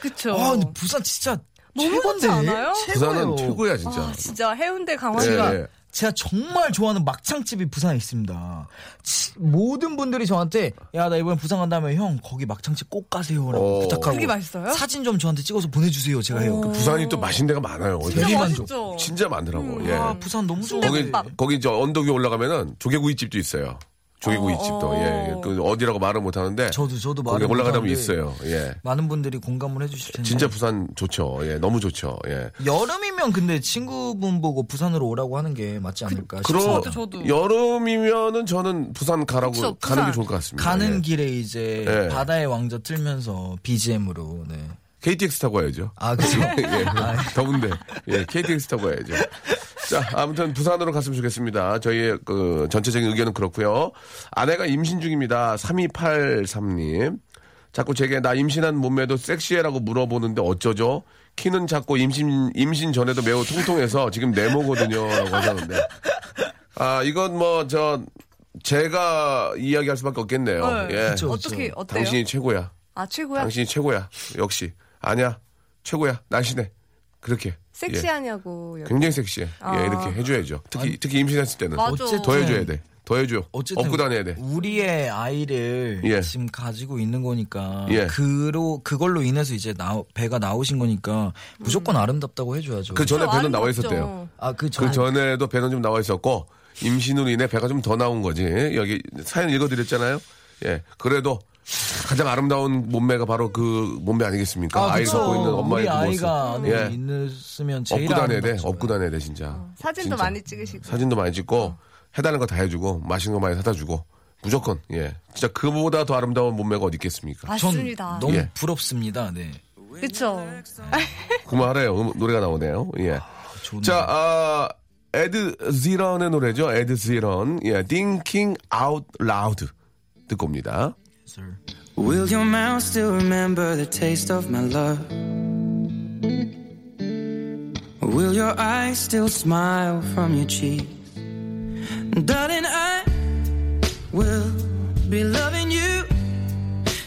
Speaker 7: 그쵸.
Speaker 6: 아, 근데 부산 진짜
Speaker 7: 너무
Speaker 6: 최고인데?
Speaker 7: 좋지 않아요?
Speaker 3: 부산은
Speaker 6: 최고예요.
Speaker 3: 최고야, 진짜.
Speaker 7: 아, 진짜 해운대 강화도
Speaker 3: 예,
Speaker 6: 제가
Speaker 3: 예.
Speaker 6: 제가 정말 좋아하는 막창집이 부산에 있습니다. 치- 모든 분들이 저한테 야 나 이번에 부산 간다면 형 거기 막창집 꼭 가세요라고
Speaker 3: 어.
Speaker 6: 부탁하고
Speaker 7: 그게 맛있어요?
Speaker 6: 사진 좀 저한테 찍어서 보내주세요. 제가 해요.
Speaker 3: 그 부산이 또 맛있는 데가 많아요.
Speaker 7: 진짜 음,
Speaker 6: 대리만족.
Speaker 7: 맛있죠.
Speaker 3: 진짜 많더라고. 예.
Speaker 6: 아, 부산 너무 좋아.
Speaker 3: 거기, 거기 저 언덕 위에 올라가면은 조개구이집도 있어요. 조개구이집도.
Speaker 7: 어,
Speaker 3: 예.
Speaker 7: 어.
Speaker 3: 그 어디라고 말은 못하는데.
Speaker 6: 저도 저도
Speaker 3: 거기
Speaker 6: 말을
Speaker 3: 올라가다 보면
Speaker 6: 못하는데
Speaker 3: 있어요. 예.
Speaker 6: 많은 분들이 공감을 해주실 텐데.
Speaker 3: 진짜 부산 좋죠. 예. 너무 좋죠. 예.
Speaker 6: 여름이면 근데 친구분 보고 부산으로 오라고 하는 게 맞지 않을까 싶습니다.
Speaker 3: 그러 여름이면은 그렇죠. 저는 부산 가라고
Speaker 7: 그렇죠. 그쵸,
Speaker 3: 가는 게
Speaker 7: 부산.
Speaker 3: 좋을 것 같습니다.
Speaker 6: 가는
Speaker 3: 예.
Speaker 6: 길에 이제
Speaker 3: 예.
Speaker 6: 바다의 왕자 틀면서 BGM으로 네.
Speaker 3: KTX 타고 와야죠.
Speaker 6: 아 그죠.
Speaker 3: 예, 더운데. 예, KTX 타고 가야죠. 자, 아무튼 부산으로 갔으면 좋겠습니다. 저희의 그 전체적인 의견은 그렇고요. 아내가 임신 중입니다. 3283님. 자꾸 제게 나 임신한 몸매도 섹시해라고 물어보는데 어쩌죠? 키는 작고 임신 임신 전에도 매우 통통해서 지금 네모거든요라고 하셨는데. 아, 이건 뭐 저 제가 이야기할 수밖에 없겠네요.
Speaker 7: 네.
Speaker 3: 예.
Speaker 6: 그쵸.
Speaker 7: 어떻게 어때요?
Speaker 3: 당신이 최고야.
Speaker 7: 아 최고야.
Speaker 3: 당신이 최고야. 역시. 아니야. 최고야. 날씬해. 그렇게. 예.
Speaker 7: 섹시하냐고.
Speaker 3: 굉장히 섹시해. 예, 이렇게 해줘야죠. 특히, 특히 임신했을 때는.
Speaker 7: 아. 맞아.
Speaker 6: 어쨌든
Speaker 3: 더 해줘야 돼. 더 해줘.
Speaker 6: 어쨌든
Speaker 3: 업고 다녀야 돼.
Speaker 6: 우리의 아이를
Speaker 3: 예.
Speaker 6: 지금 가지고 있는 거니까
Speaker 3: 예.
Speaker 6: 그로 그걸로 인해서 이제 나, 배가 나오신 거니까
Speaker 7: 음.
Speaker 6: 무조건 아름답다고 해줘야죠.
Speaker 3: 그 전에
Speaker 7: 그쵸,
Speaker 3: 배는 나와
Speaker 7: 아름답죠.
Speaker 3: 있었대요.
Speaker 6: 아그 전.
Speaker 3: 그 전에도 배는 좀 나와 있었고, 임신으로 인해 배가 좀 더 나온 거지. 여기 사연 읽어드렸잖아요. 예. 그래도 가장 아름다운 몸매가 바로 그 몸매 아니겠습니까?
Speaker 6: 아,
Speaker 3: 아이를
Speaker 6: 그쵸.
Speaker 3: 갖고 있는 엄마의
Speaker 6: 우리
Speaker 3: 그 모습.
Speaker 6: 아이가 안에
Speaker 3: 예.
Speaker 6: 있으면 제일
Speaker 3: 업고 다녀야 돼.
Speaker 6: 아름답죠.
Speaker 3: 업고 다녀야 돼, 진짜.
Speaker 7: 어, 사진도
Speaker 3: 진짜.
Speaker 7: 많이 찍으시고.
Speaker 3: 사진도 많이 찍고 해달라는 거 다 해주고 맛있는 거 많이 사다 주고 무조건 예 진짜 그보다 더 아름다운 몸매가 어디 있겠습니까?
Speaker 6: 전
Speaker 7: 맞습니다.
Speaker 6: 너무
Speaker 3: 예.
Speaker 6: 부럽습니다. 네.
Speaker 7: 그쵸.
Speaker 3: 그만하래요 음, 노래가 나오네요
Speaker 6: 좋은
Speaker 3: 예자 아, 에드 지런의 노래죠 에드 지런 예 Thinking Out Loud 듣고 옵니다
Speaker 6: Sir.
Speaker 8: Will your mouth still remember the taste of my love? Will your eyes still smile from your cheek? Darling, I will be loving you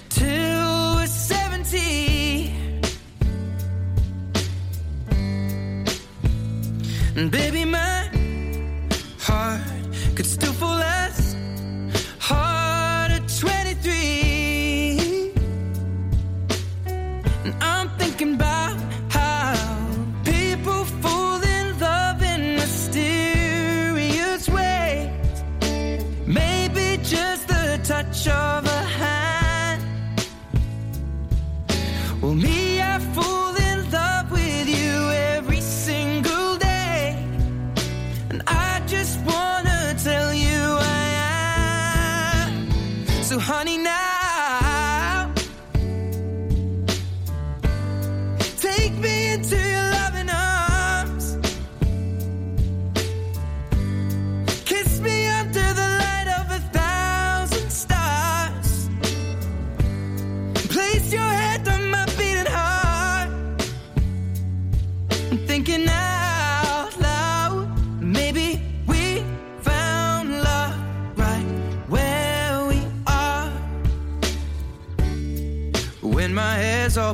Speaker 8: till we're 70. And baby, my heart could still fall less hard at 23. And I'm thinking about how people fall in love in mysterious ways. Maybe just the touch of a hand. Well, me, I fall in love with you every single day. And I just wanna tell you thinking out loud. Maybe we found love right where we are. When my hair's all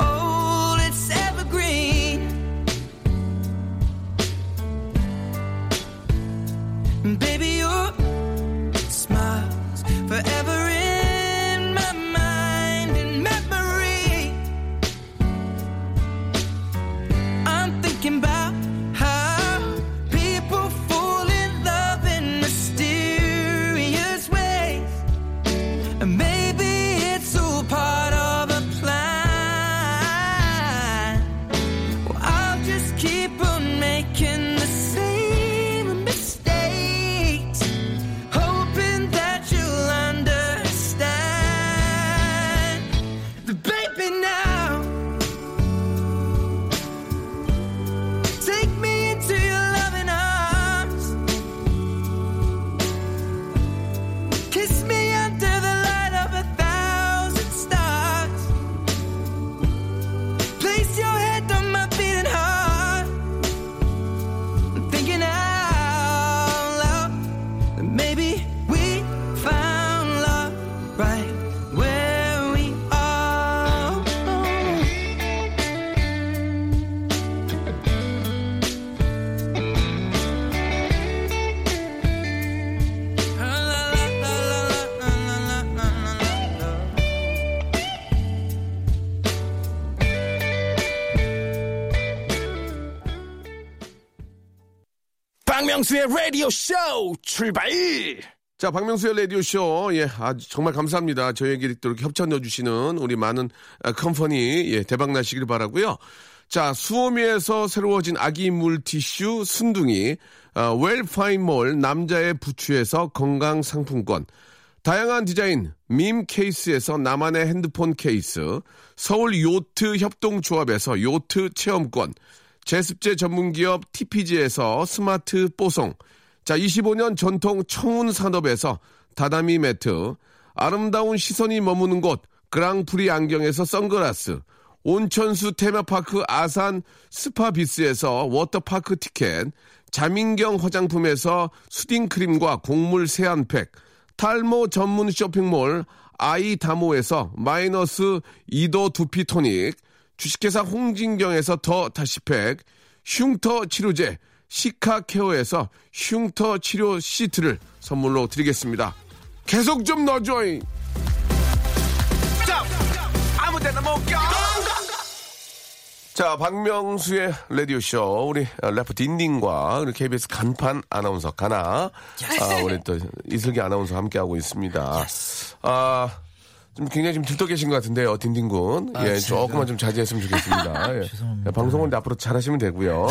Speaker 8: old, it's evergreen. And Baby, your smile's forever in my mind and memory. I'm thinking about how people fall in love in mysterious ways. And maybe it's all part of a plan. Well, I'll just keep on making the same mistakes, hoping that you'll understand. The baby now. Take me into your loving arms. Kiss me under the light of a thousand stars. Place your head on my beating heart. I'm thinking out loud that maybe we found love right where we are.
Speaker 1: 박명수의 라디오 쇼 출발!
Speaker 3: 자, 박명수의 라디오쇼. 예, 아주 정말 감사합니다. 저희에게 또 이렇게 협찬 넣어주시는 우리 많은 아, 컴퍼니, 예, 대박나시길 바라고요 자, 수오미에서 새로워진 아기 물티슈 순둥이, 아, 웰파인몰 남자의 부추에서 건강상품권, 다양한 디자인, 밈 케이스에서 나만의 핸드폰 케이스, 서울 요트 협동조합에서 요트 체험권, 제습제 전문기업 TPG에서 스마트 뽀송, 자, 25년 전통 청운 산업에서 다다미 매트, 아름다운 시선이 머무는 곳 그랑프리 안경에서 선글라스, 온천수 테마파크 아산 스파비스에서 워터파크 티켓, 자민경 화장품에서 수딩크림과 곡물 세안팩, 탈모 전문 쇼핑몰 아이다모에서 마이너스 2도 두피 토닉, 주식회사 홍진경에서 더 다시팩, 흉터 치료제 시카케어에서 흉터 치료 시트를 선물로 드리겠습니다. 계속 좀 넣어줘잉. 자, 박명수의 라디오쇼, 우리 래퍼 딘딘과 우리 KBS 간판 아나운서 가나, 아, 우리 또 이슬기 아나운서 함께하고 있습니다. 아, 좀 굉장히 좀 들떠 계신 것 같은데요, 딘딘 군. 예, 조금만 좀 자제했으면 좋겠습니다. 예. 방송은 이제 앞으로 잘하시면 되고요.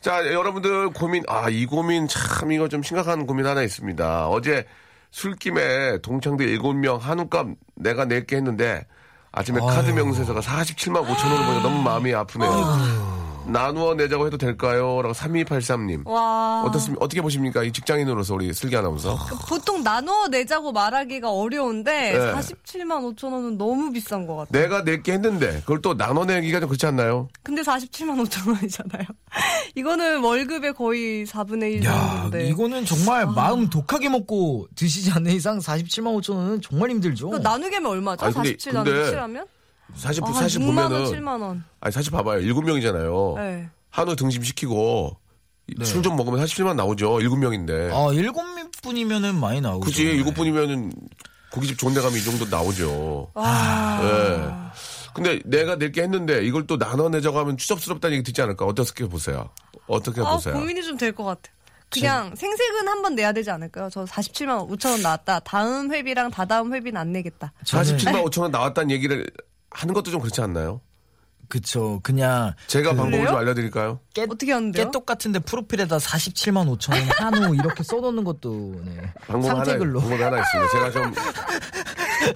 Speaker 3: 자, 여러분들 고민, 아, 이 고민 참 이거 좀 심각한 고민 하나 있습니다. 어제 술김에 동창들 7명 한우값 내가 낼게 했는데 아침에 카드 명세서가 47만 5천 원을 보니까 너무 마음이 아프네요. 나누어 내자고 해도 될까요? 라고 3283님.
Speaker 7: 와.
Speaker 3: 어떻습니까? 어떻게 보십니까? 이 직장인으로서 우리 슬기 아나운서.
Speaker 7: 어. 보통 나눠 내자고 말하기가 어려운데
Speaker 3: 네.
Speaker 7: 47만 5천 원은 너무 비싼 것 같아요.
Speaker 3: 내가 낼게 했는데 그걸 또 나눠내기가 좀 그렇지 않나요?
Speaker 7: 근데 47만 5천 원이잖아요. 이거는 월급의 거의 4분의 1
Speaker 6: 야,
Speaker 7: 정도인데.
Speaker 6: 이거는 정말
Speaker 7: 아.
Speaker 6: 마음 독하게 먹고 드시지 않는 이상 47만 5천 원은 정말 힘들죠.
Speaker 7: 그거 나누기면 얼마죠?
Speaker 3: 아니, 근데-
Speaker 7: 47 나누기
Speaker 3: 근데
Speaker 7: 7하면?
Speaker 3: 사실,
Speaker 7: 아,
Speaker 3: 사실
Speaker 7: 6만 원,
Speaker 3: 보면은. 어.
Speaker 7: 7만 원.
Speaker 3: 아니, 사실 봐봐요. 7명이잖아요.
Speaker 7: 네.
Speaker 3: 한우 등심 시키고 술 좀 먹으면 47만 나오죠. 7명인데.
Speaker 6: 네. 아, 일곱 분이면은 많이 나오죠.
Speaker 3: 굳이 일곱 분이면은 고깃집 좋은 데 가면 이 정도 나오죠.
Speaker 7: 와.
Speaker 3: 예. 근데 내가 낼게 했는데 이걸 또 나눠내자고 하면 추접스럽다는 얘기 듣지 않을까? 어떻게 보세요? 어떻게
Speaker 7: 아,
Speaker 3: 보세요?
Speaker 7: 고민이 좀 될 것 같아요. 그냥 생색은 한 번 내야 되지 않을까요? 저 47만 5천 원 나왔다. 다음 회비랑 다다음 회비는 안 내겠다.
Speaker 6: 저는
Speaker 3: 47만 5천 원 나왔다는 얘기를 하는 것도 좀 그렇지 않나요?
Speaker 6: 그쵸. 그냥
Speaker 3: 제가 방법을 좀
Speaker 7: 그래요?
Speaker 3: 알려드릴까요?
Speaker 6: 깨,
Speaker 7: 어떻게 하는데요?
Speaker 6: 깨똑 같은데 프로필에다 47만 5천 원 한우 이렇게 써놓는 것도 네.
Speaker 3: 방법 하나,
Speaker 6: 상태글로.
Speaker 3: 방법 하나 있습니다. 제가 좀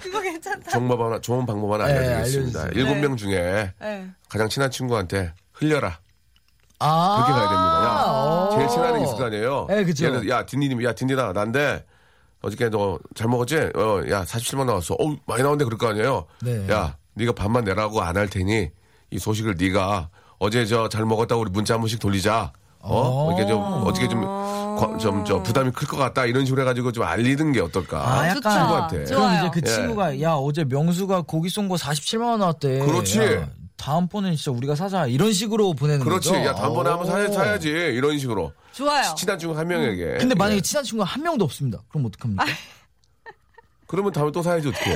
Speaker 7: 그거 괜찮다.
Speaker 3: 정보 하나, 좋은 방법 하나
Speaker 6: 네,
Speaker 3: 알려드리겠습니다.
Speaker 6: 알려주세요.
Speaker 3: 일곱 명 중에
Speaker 7: 네.
Speaker 3: 가장 친한 친구한테 흘려라.
Speaker 6: 아.
Speaker 3: 그렇게 가야 됩니다. 야,
Speaker 6: 어.
Speaker 3: 제일 친한 애 있을 거 아니에요?
Speaker 6: 네, 그죠.
Speaker 3: 예를 들어, 야, 딘디님, 야, 딘디다, 난데, 어저께 너 잘 먹었지? 어, 야, 47만 나왔어. 어 많이 나온데 그럴 거 아니에요?
Speaker 6: 네.
Speaker 3: 야, 네가 반만 내라고 안 할 테니, 이 소식을 네가 어제 저 잘 먹었다고 우리 문자 한 번씩 돌리자. 어?
Speaker 6: 어.
Speaker 3: 이렇게 좀, 어떻게 좀, 과- 좀, 저 부담이 클 것 같다. 이런 식으로 해가지고 좀 알리는 게 어떨까?
Speaker 6: 아, 약간
Speaker 3: 친구한테.
Speaker 7: 좋아.
Speaker 6: 그럼
Speaker 7: 좋아요.
Speaker 6: 이제 그
Speaker 3: 예.
Speaker 6: 친구가 야 어제 명수가 고기 쏜 거 47만 원 나왔대.
Speaker 3: 그렇지.
Speaker 6: 야, 다음번엔 진짜 우리가 사자 이런 식으로 보내는
Speaker 3: 그렇지.
Speaker 6: 거죠.
Speaker 3: 야, 단번에 한번 사,
Speaker 6: 오.
Speaker 3: 사야지. 이런 식으로.
Speaker 7: 좋아요.
Speaker 3: 친한 친구 한 명에게.
Speaker 6: 근데 만약에
Speaker 3: 예.
Speaker 6: 친한 친구가 한 명도 없습니다. 그럼 어떡합니까?
Speaker 3: 그러면 다음에 또 사야지 어떻게 해?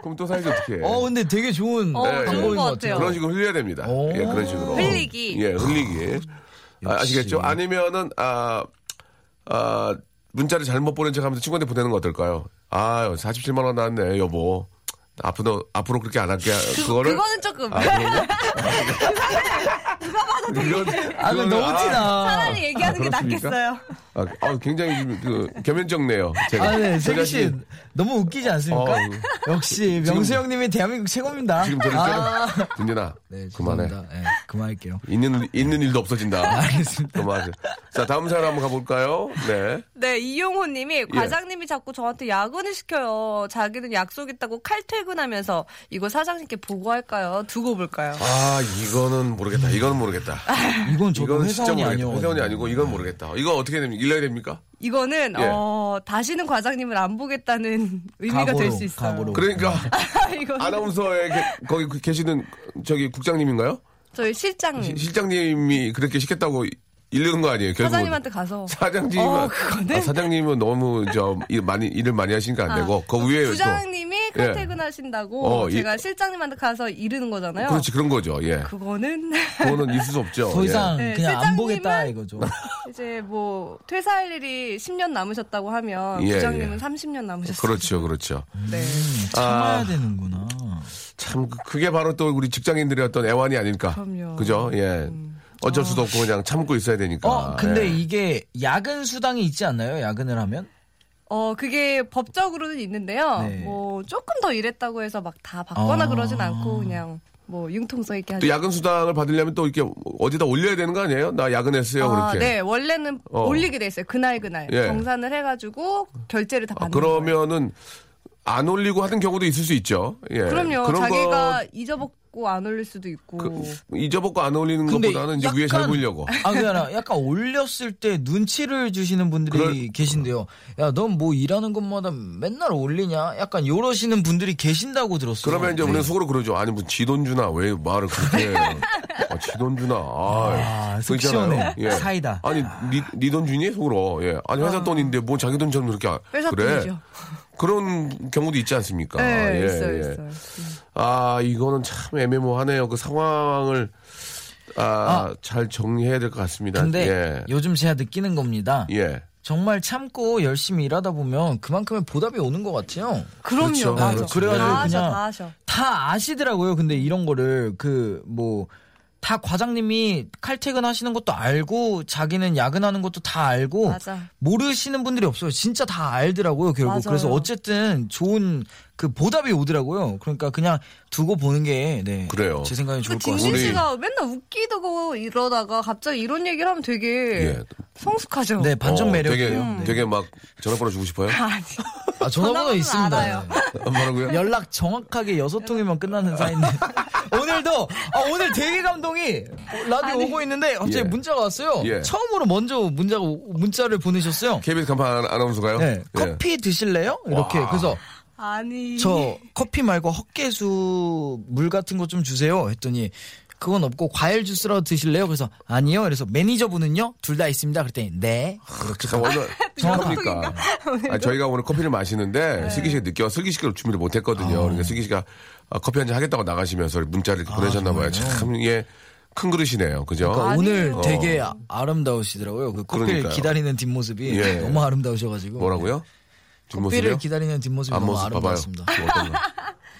Speaker 3: 그럼 또 사야지 어떻게 해?
Speaker 6: 어 근데 되게 좋은
Speaker 7: 어,
Speaker 3: 네,
Speaker 6: 방법인
Speaker 7: 좋은
Speaker 6: 것
Speaker 7: 것
Speaker 6: 같아요.
Speaker 7: 같아요.
Speaker 3: 그런 식으로 흘려야 됩니다.
Speaker 6: 오.
Speaker 3: 예, 그런 식으로.
Speaker 7: 흘리기.
Speaker 3: 예, 흘리기. 아,
Speaker 6: 역시.
Speaker 3: 아시겠죠? 아니면은, 아, 아, 문자를 잘못 보낸 척 하면서 친구한테 보내는 거 어떨까요? 아, 47만원 나왔네, 여보. 앞으로, 앞으로 그렇게 안 할게. 그거를.
Speaker 7: 그거는 조금.
Speaker 3: 아, 그런가? 이건-
Speaker 6: 아 근데
Speaker 3: 그거는-
Speaker 6: 너무 티나.
Speaker 7: 차라리 얘기하는 게
Speaker 3: 그렇습니까?
Speaker 7: 낫겠어요.
Speaker 3: 아, 아, 굉장히 지금 그, 겸연쩍네요. 제가.
Speaker 6: 아네 세기 씨
Speaker 3: 제가 지금-
Speaker 6: 너무 웃기지 않습니까?
Speaker 3: 어,
Speaker 6: 역시 명수 형님이 대한민국 최고입니다.
Speaker 3: 지금 저를
Speaker 6: 아,
Speaker 3: 때려. 딘딘아,
Speaker 6: 네
Speaker 3: 그만해.
Speaker 6: 죄송합니다. 예, 그만할게요.
Speaker 3: 있는, 있는 일도 없어진다.
Speaker 6: 알겠습니다.
Speaker 3: 그만하세요. 자, 다음 사연 한번 가볼까요? 네.
Speaker 7: 네, 이용호
Speaker 3: 예.
Speaker 7: 님이 과장님이 자꾸 저한테 야근을 시켜요. 자기는 약속 있다고 칼퇴근하면서 이거 사장님께 보고할까요? 두고 볼까요?
Speaker 3: 아 이거는 모르겠다. 이거는 모르겠다.
Speaker 6: 이건 아, 저도
Speaker 3: 이거는 진짜
Speaker 6: 회사원이
Speaker 3: 모르겠다.
Speaker 6: 아니요.
Speaker 3: 회사원이 아니고 이건 모르겠다. 이거 어떻게 됩니까? 일러야 됩니까?
Speaker 7: 이거는
Speaker 3: 예.
Speaker 7: 어, 다시는 과장님을 안 보겠다는 의미가 될 수 있어요.
Speaker 6: 각오로.
Speaker 3: 그러니까
Speaker 7: 이거
Speaker 3: 아나운서에 게- 거기 그- 계시는 저기 국장님인가요?
Speaker 7: 저희
Speaker 3: 시-
Speaker 7: 실장님
Speaker 3: 실장님이 그렇게 시켰다고 일르는 거 아니에요? 결국은.
Speaker 7: 사장님한테 가서
Speaker 3: 사장님
Speaker 7: 어, 그거는? 아,
Speaker 3: 사장님은 너무 저 일 많이 일을 많이 하시니까 안 되고 그 위에
Speaker 7: 부장님이
Speaker 3: 예.
Speaker 7: 칼퇴근하신다고
Speaker 3: 어, 이-
Speaker 7: 제가 실장님한테 가서 이르는
Speaker 3: 또
Speaker 7: 거잖아요.
Speaker 3: 그렇지 그런 거죠. 예.
Speaker 7: 그거는
Speaker 3: 그거는 있을 수 없죠.
Speaker 6: 더 이상
Speaker 7: 예. 네,
Speaker 6: 그냥 안
Speaker 7: 실장님은- 아.
Speaker 6: 보겠다 이거죠.
Speaker 7: 이제 뭐 퇴사할 일이 10년 남으셨다고 하면
Speaker 3: 예,
Speaker 7: 부장님은
Speaker 3: 예.
Speaker 7: 30년
Speaker 3: 예.
Speaker 7: 남으셨어요.
Speaker 3: 그렇죠, 그렇죠.
Speaker 7: 네.
Speaker 6: 참아야
Speaker 3: 아.
Speaker 6: 되는구나.
Speaker 3: 참 그- 그게 바로 또 우리 직장인들의 어떤 애환이 아닐까.
Speaker 7: 그럼요. 음. 아.
Speaker 3: 죠 예. 어쩔 수도 없고 그냥 참고 있어야 되니까.
Speaker 6: 어, 근데
Speaker 3: 예.
Speaker 6: 이게 야근 수당이 있지 않나요? 야근을 하면?
Speaker 7: 어 그게 법적으로는 있는데요.
Speaker 6: 네.
Speaker 7: 뭐 조금 더 일했다고 해서 막 다 받거나
Speaker 6: 아.
Speaker 7: 그러진 않고 그냥 뭐 융통성 있게
Speaker 3: 또
Speaker 7: 하죠.
Speaker 3: 야근 수당을 받으려면 또 이렇게 어디다 올려야 되는 거 아니에요? 나 야근했어요.
Speaker 7: 아,
Speaker 3: 그렇게.
Speaker 7: 네 원래는
Speaker 3: 어.
Speaker 7: 올리게 돼 있어요. 그날 그날
Speaker 3: 예.
Speaker 7: 정산을 해가지고 결제를 다
Speaker 3: 아,
Speaker 7: 받는 거예요.
Speaker 3: 그러면은 안 올리고 하는 경우도 있을 수 있죠. 예.
Speaker 7: 그럼요.
Speaker 3: 그런 그
Speaker 7: 자기가 잊어먹고 안 올릴 수도 있고.
Speaker 3: 거 잊어먹고 안 올리는 것보다는 이제 위에 잘 보이려고.
Speaker 6: 아, 그게 아니라 약간 올렸을 때 눈치를 주시는 분들이
Speaker 3: 그럴-
Speaker 6: 계신데요. 야, 넌 뭐 일하는 것마다 맨날 올리냐? 약간 요러시는 분들이 계신다고 들었어요.
Speaker 3: 그러면 이제
Speaker 6: 네.
Speaker 3: 우리는 속으로 그러죠. 아니 뭐 지돈 주나 왜 말을 그렇게 해. 아, 지돈 주나. 아,
Speaker 6: 아,
Speaker 3: 그거
Speaker 6: 속
Speaker 3: 있잖아요. 예.
Speaker 6: 시원해. 사이다.
Speaker 3: 아니 니돈 주니? 속으로. 예. 아니 회사 돈인데 뭐 자기 돈처럼 그렇게 안-
Speaker 7: 회사
Speaker 3: 그래.
Speaker 7: 돈이죠.
Speaker 3: 그런 경우도 있지 않습니까?
Speaker 7: 네,
Speaker 3: 예,
Speaker 7: 있어요,
Speaker 3: 예.
Speaker 7: 있어요.
Speaker 3: 아, 이거는 참 애매모호하네요. 그 상황을 아, 잘 정리해야 될 것 같습니다.
Speaker 6: 네. 근데
Speaker 3: 예.
Speaker 6: 요즘 제가 느끼는 겁니다.
Speaker 3: 예.
Speaker 6: 정말 참고 열심히 일하다 보면 그만큼의 보답이 오는 것 같아요.
Speaker 7: 그럼요.
Speaker 3: 그렇죠.
Speaker 7: 맞아.
Speaker 3: 그렇죠.
Speaker 6: 그래가지고
Speaker 7: 다 하셔,
Speaker 6: 그냥
Speaker 7: 다 하셔.
Speaker 6: 다 아시더라고요. 근데 이런 거를 그 뭐. 다 과장님이 칼퇴근 하시는 것도 알고 자기는 야근하는 것도 다 알고
Speaker 7: 맞아.
Speaker 6: 모르시는 분들이 없어요. 진짜 다 알더라고요. 결국
Speaker 7: 맞아요.
Speaker 6: 그래서 어쨌든 좋은 그 보답이 오더라고요. 그러니까 그냥 두고 보는 게 네.
Speaker 3: 그래요.
Speaker 6: 제 생각엔 좋을
Speaker 7: 그
Speaker 6: 것 같아요.
Speaker 7: 진실
Speaker 3: 우리-
Speaker 7: 씨가 맨날 웃기다고 이러다가 갑자기 이런 얘기를 하면 되게
Speaker 3: 예.
Speaker 7: 성숙하죠.
Speaker 6: 네, 반전
Speaker 3: 어, 되게,
Speaker 6: 매력이에요. 네.
Speaker 3: 되게 막 전화번호 주고 싶어요?
Speaker 7: 아니.
Speaker 6: 아, 전화번호
Speaker 7: 음. 전화번호는
Speaker 6: 있습니다.
Speaker 7: 알아요.
Speaker 6: 네.
Speaker 3: 뭐라고요?
Speaker 6: 연락 정확하게 여섯 통이면 끝나는 사이인데 오늘도 아, 오늘 되게 감동이 라디오 오고 있는데 갑자기
Speaker 3: 예.
Speaker 6: 문자가 왔어요.
Speaker 3: 예.
Speaker 6: 처음으로 먼저 문자 문자를 보내셨어요.
Speaker 3: KBS 간판 아나운서가요?
Speaker 6: 네,
Speaker 3: 예.
Speaker 6: 커피 드실래요? 이렇게
Speaker 3: 와.
Speaker 6: 그래서
Speaker 7: 아니.
Speaker 6: 저 커피 말고 헛개수 물 같은 거 좀 주세요 했더니 그건 없고 과일 주스라도 드실래요? 그래서 아니요. 그래서 매니저분은요 둘 다 있습니다. 그랬더니 네.
Speaker 3: 자, 오늘 아, 정확합니까? 아, 저희가 오늘 커피를 마시는데 슬기 씨가 늦게 와 슬기 씨가 준비를 못 했거든요. 그러니까 슬기 씨가 아, 커피 한 잔 하겠다고 나가시면서 문자를 보내셨나 봐요. 참 이게 큰 그릇이네요. 그죠?
Speaker 6: 그러니까 오늘
Speaker 7: 아니에요.
Speaker 6: 되게 아- 아름다우시더라고요. 그 커피를
Speaker 3: 그러니까요.
Speaker 6: 기다리는 뒷모습이
Speaker 3: 예.
Speaker 6: 너무 아름다우셔가지고
Speaker 3: 뭐라고요? 뒷모습이요?
Speaker 6: 커피를 기다리는 뒷모습이 너무
Speaker 3: 앞모습 봐봐요. 뭐
Speaker 6: 아름다웠습니다.
Speaker 3: 어떤가?